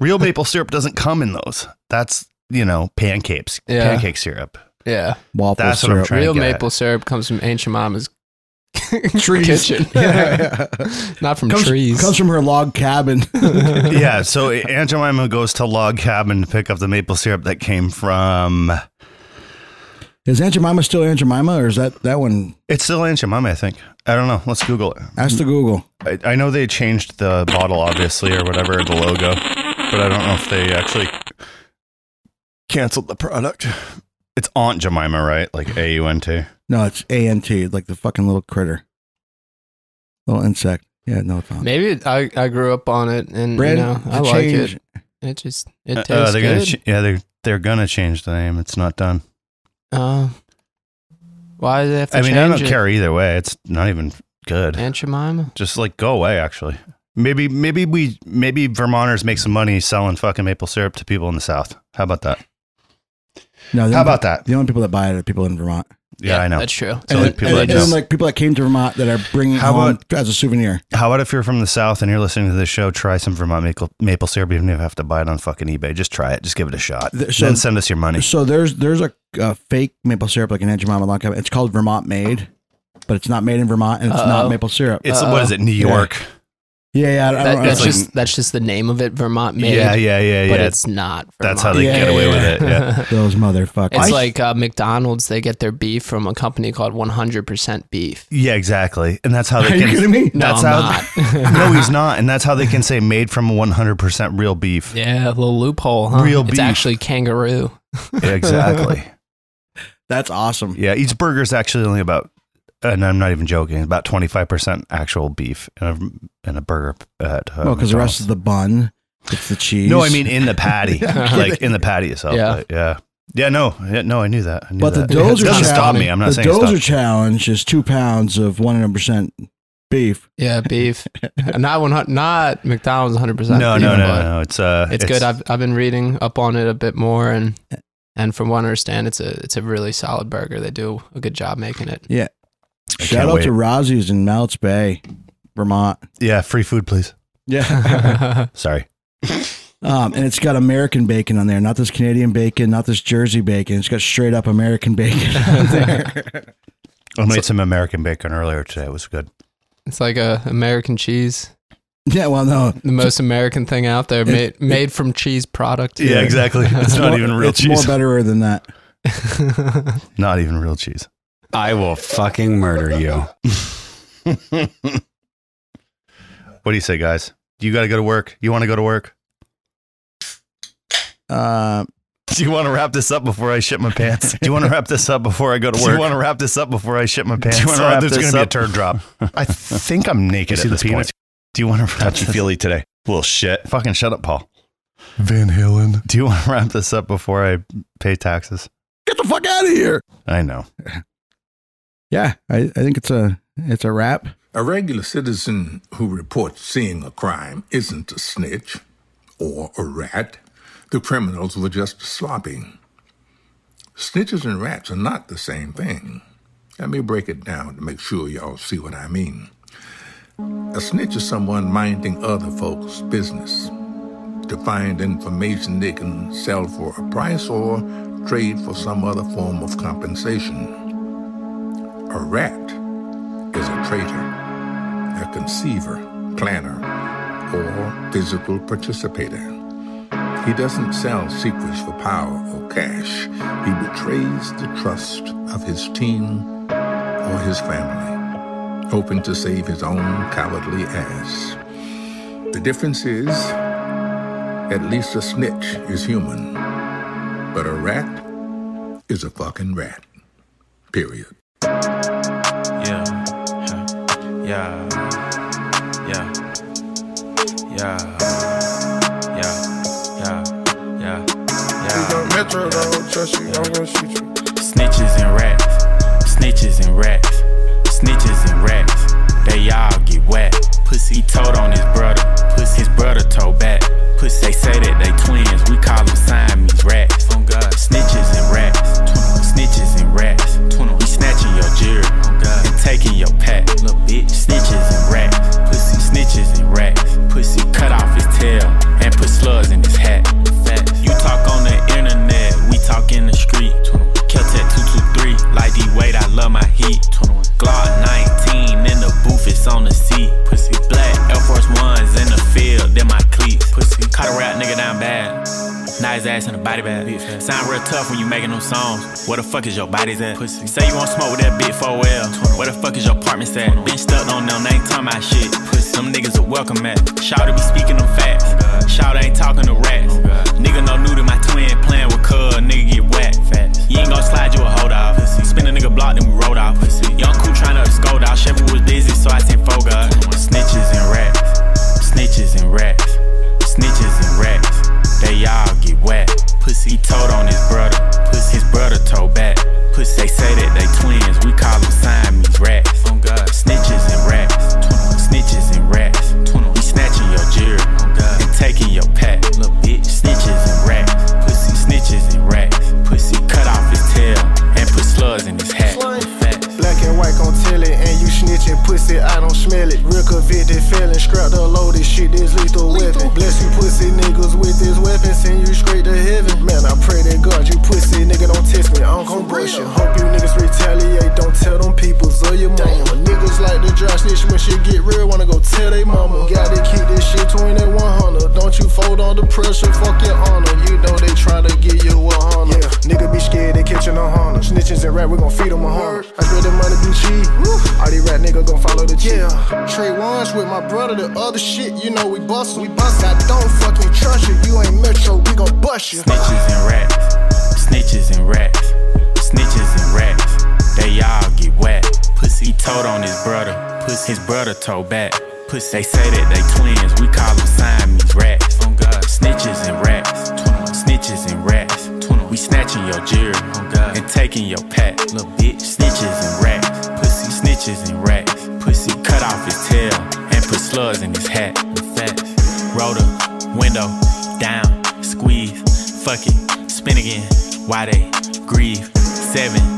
Speaker 5: Real maple syrup doesn't come in those. That's you know pancakes,
Speaker 8: Yeah.
Speaker 5: pancake syrup.
Speaker 8: Yeah,
Speaker 7: Waffle
Speaker 5: That's what I'm trying
Speaker 8: Real
Speaker 5: to get
Speaker 8: maple syrup comes from Aunt Jemima's
Speaker 7: Trees.
Speaker 8: kitchen.
Speaker 7: Yeah,
Speaker 8: not from
Speaker 7: comes,
Speaker 8: trees.
Speaker 7: comes from her log cabin.
Speaker 5: yeah, so Aunt Jemima goes to log cabin to pick up the maple syrup that came from.
Speaker 7: Is Aunt Jemima still Aunt Jemima, or is that that one?
Speaker 5: It's still Aunt Jemima, I think. I don't know. Let's Google it.
Speaker 7: Ask the Google.
Speaker 5: I, I know they changed the bottle, obviously, or whatever, the logo, but I don't know if they actually canceled the product. It's Aunt Jemima, right? Like A U N T.
Speaker 7: No, it's A N T, like the fucking little critter, little insect. Yeah, no, it's not.
Speaker 8: Maybe it- I I grew up on it, and
Speaker 7: Bread,
Speaker 8: you know
Speaker 7: the
Speaker 8: I like
Speaker 7: change-
Speaker 8: it. It just it tastes
Speaker 5: Uh, they're gonna
Speaker 8: good.
Speaker 5: ch- yeah, they're they're gonna change the name. It's not done.
Speaker 8: Uh, why do they have to
Speaker 5: I mean, I
Speaker 8: change
Speaker 5: don't
Speaker 8: it?
Speaker 5: care either way. It's not even good.
Speaker 8: Aunt Jemima.
Speaker 5: Just like go away, actually. Maybe maybe we maybe Vermonters make some money selling fucking maple syrup to people in the South. How about that?
Speaker 7: No, the
Speaker 5: How
Speaker 7: only-
Speaker 5: about that?
Speaker 7: The only people that buy it are people in Vermont.
Speaker 5: Yeah, I know.
Speaker 8: that's true.
Speaker 5: So
Speaker 7: and
Speaker 5: like people
Speaker 7: and
Speaker 5: that
Speaker 7: then,
Speaker 5: just,
Speaker 7: like people that came to Vermont that are bringing it
Speaker 5: How
Speaker 7: home
Speaker 5: about-
Speaker 7: as a souvenir.
Speaker 5: how about if you're from the South and you're listening to this show, try some Vermont maple, maple syrup. Even if you have to buy it on fucking eBay, just try it. Just give it a shot.
Speaker 7: Th- so-
Speaker 5: then send us your money.
Speaker 7: So there's there's a, a fake maple syrup like an Aunt Jemima log cabin. It's called Vermont made, but it's not made in Vermont and it's
Speaker 8: Uh-oh.
Speaker 7: not maple syrup.
Speaker 8: uh,
Speaker 5: It's what is it? New
Speaker 7: Yeah.
Speaker 5: York.
Speaker 7: Yeah, yeah. I don't- I
Speaker 8: That-
Speaker 7: don't-
Speaker 8: that's
Speaker 7: I don't-
Speaker 8: just that's just the name of it, Vermont made.
Speaker 5: Yeah, yeah, yeah,
Speaker 8: But
Speaker 5: yeah.
Speaker 8: it's not. Vermont.
Speaker 5: That's how they get away with it. Yeah.
Speaker 7: those motherfuckers.
Speaker 8: It's like uh, McDonald's. They get their beef from a company called 100% Beef.
Speaker 5: Yeah, exactly. And that's how they
Speaker 8: Are you
Speaker 5: can.
Speaker 8: kidding me? No,
Speaker 5: That's
Speaker 8: I'm
Speaker 5: how. no, he's not. And that's how they can say made from 100% real beef.
Speaker 8: Yeah, a little loophole. Huh?
Speaker 5: Real
Speaker 8: It's
Speaker 5: beef.
Speaker 8: actually kangaroo.
Speaker 5: Yeah, exactly.
Speaker 7: That's awesome.
Speaker 5: Yeah, each burger is actually only about, and I'm not even joking, about 25% actual beef in a, in a burger at. Uh,
Speaker 7: no, because
Speaker 5: McDonald's.
Speaker 7: the rest of the bun, it's the cheese.
Speaker 5: No, I mean in the patty,
Speaker 7: Yeah, I'm
Speaker 5: like
Speaker 7: kidding.
Speaker 5: in the patty itself.
Speaker 7: Yeah.
Speaker 5: Yeah, yeah, yeah. No, yeah, no, I knew that. I knew
Speaker 7: But the
Speaker 5: that.
Speaker 7: Dozer
Speaker 5: it doesn't
Speaker 7: challenge,
Speaker 5: stop me. I'm not
Speaker 7: the
Speaker 5: saying it
Speaker 7: Dozer
Speaker 5: stops.
Speaker 7: challenge is two pounds of one hundred percent beef.
Speaker 8: Yeah, beef. not one hundred. Not McDonald's one hundred percent.
Speaker 5: No, no, no, no, no. It's uh,
Speaker 8: It's, good. I've I've been reading up on it a bit more, and and from what I understand, it's a it's a really solid burger. They do a good job making it.
Speaker 7: Yeah.
Speaker 5: I
Speaker 7: Shout
Speaker 5: can't
Speaker 7: out to
Speaker 5: wait.
Speaker 7: Rosie's in Mount's Bay, Vermont.
Speaker 5: Yeah, free food, please.
Speaker 7: Yeah.
Speaker 5: Sorry.
Speaker 7: Um, and it's got American bacon on there, not this Canadian bacon, not this Jersey bacon. It's got straight up American bacon on there.
Speaker 5: I made some American bacon earlier today. It was good.
Speaker 8: It's like a American cheese,
Speaker 7: yeah, well, no,
Speaker 8: the most American thing out there, made made from cheese product.
Speaker 5: Yeah, exactly. It's not even real
Speaker 7: it's
Speaker 5: cheese.
Speaker 7: more betterer than that.
Speaker 5: Not even real cheese.
Speaker 12: I will fucking murder you.
Speaker 5: What do you say, guys? You got to go to work. You want to go to work?
Speaker 7: Uh,
Speaker 5: do you want to wrap this up before I shit my pants? Do you want to wrap this up before I go to
Speaker 16: Do
Speaker 5: work?
Speaker 16: you wanna
Speaker 5: wrap this up before I shit my pants? Do you want to
Speaker 16: Uh,
Speaker 5: wrap
Speaker 16: there's
Speaker 5: this
Speaker 16: gonna be a
Speaker 5: up?
Speaker 16: turd drop.
Speaker 5: I think I'm naked
Speaker 16: You
Speaker 5: at
Speaker 16: see the
Speaker 5: this
Speaker 16: penis?
Speaker 5: point. Do you want to touchy feely today? Little shit. Fucking shut up, Paul. Van Halen. Do you want to wrap this up before I pay taxes?
Speaker 7: Get the fuck out of here.
Speaker 5: I know.
Speaker 7: Yeah, I, I think it's a it's a wrap.
Speaker 10: A regular citizen who reports seeing a crime isn't a snitch or a rat. The criminals were just sloppy. Snitches and rats are not the same thing. Let me break it down to make sure y'all see what I mean. A snitch is someone minding other folks' business to find information they can sell for a price or trade for some other form of compensation. A rat is a traitor, a conceiver, planner, or physical participator. He doesn't sell secrets for power or cash. He betrays the trust of his team or his family, hoping to save his own cowardly ass. The difference is, at least a snitch is human, but a rat is a fucking rat. Period.
Speaker 18: Yeah. Yeah. Yeah. Yeah. Yeah. Yeah. Yeah. Yeah. Metro, don't trust you. I'm gonna shoot you. Snitches and rats. Snitches and rats. Snitches and rats. They all get wet. Pussy told on his brother. Pussy, his brother told back. Pussy, they say that they twins. We call them Siamese rats. Oh God. Snitches and rats. Snitches and rats. We snatching your jewelry and taking your pack. Little bitch. Snitches and rats. Pussy snitches and rats. Pussy cut off his tail and put slugs in his hat. You talk on the internet, we talk in the street. Keltec 223, like D Wade, I love my heat. Glock 19 in the booth, it's on the seat. Pussy. Black Air Force Ones in the field, then my cleats. Pussy. Caught a rap nigga down bad. Now his ass in a body bag. Sound real tough when you making them songs. Where the fuck is your body's at? Pussy. Say you want smoke with that big 4L. Where the fuck is your apartment at? Been stuck on them, they ain't talking about shit. Pussy. Oh, Them niggas are welcome at. Shout to be speaking them facts. Shout ain't talking to rats. Nigga no new to my twin playing with cuz, nigga get whacked. You ain't gon' slide you a hold off. Spin a nigga block, then we rolled off. Young cool tryna to scold out. Chevy was busy, so I sent Foga. Snitches and rats. Snitches and rats. Snitches and rats. They all get wet. Pussy told on his brother. Pussy, his brother told back. Pussy, Oh, they say that they twins. We call them Siamese rats. Snitches and rats. Snitches and rats. We snatching your jewelry and taking your pack. Oh, Little bitch. Snitches and rats. Pussy, snitches and rats. Pussy cut off his tail and put slugs in his hat.
Speaker 19: Black and white gon' tell it, and you snitching pussy, I don't smell it. Real convicted felon, scrap the loaded shit, this lethal weapon. Bless you pussy niggas with this weapon, send you straight to heaven. Man, I pray to God you pussy nigga don't test me, I'm gon' brush you. Hope you niggas retaliate, don't tell them peoples or your mama. Niggas like the dry snitch when shit get real, wanna go tell they mama. Gotta keep this shit 20 100, don't you fold under pressure, fuck your honor. You know they tryna get you a honor. Yeah, nigga be scared, they catching a honor. Snitches and rap, we gon' feed them a honor. I spread the money be cheap. All these rat niggas gon' follow the cheap. Yeah. Trade ones with my brother, the other shit, you know we bust, we bust. I don't fucking trust you. You ain't metro, we gon' bust you.
Speaker 18: Snitches and rats, snitches and rats, snitches and rats. They all get wet. Pussy told on his brother, pussy his brother told back. Pussy they say that they twins, we call them Siamese rats. Snitches and rats, snitches and rats. We snatching your jewelry and taking your pack. Oh, Little bitch, snitches and rats, pussy snitches and rats. Pussy cut off his tail and put slugs in his hat. Roll the window down, squeeze, fuck it, spin again. Why they grieve? Seven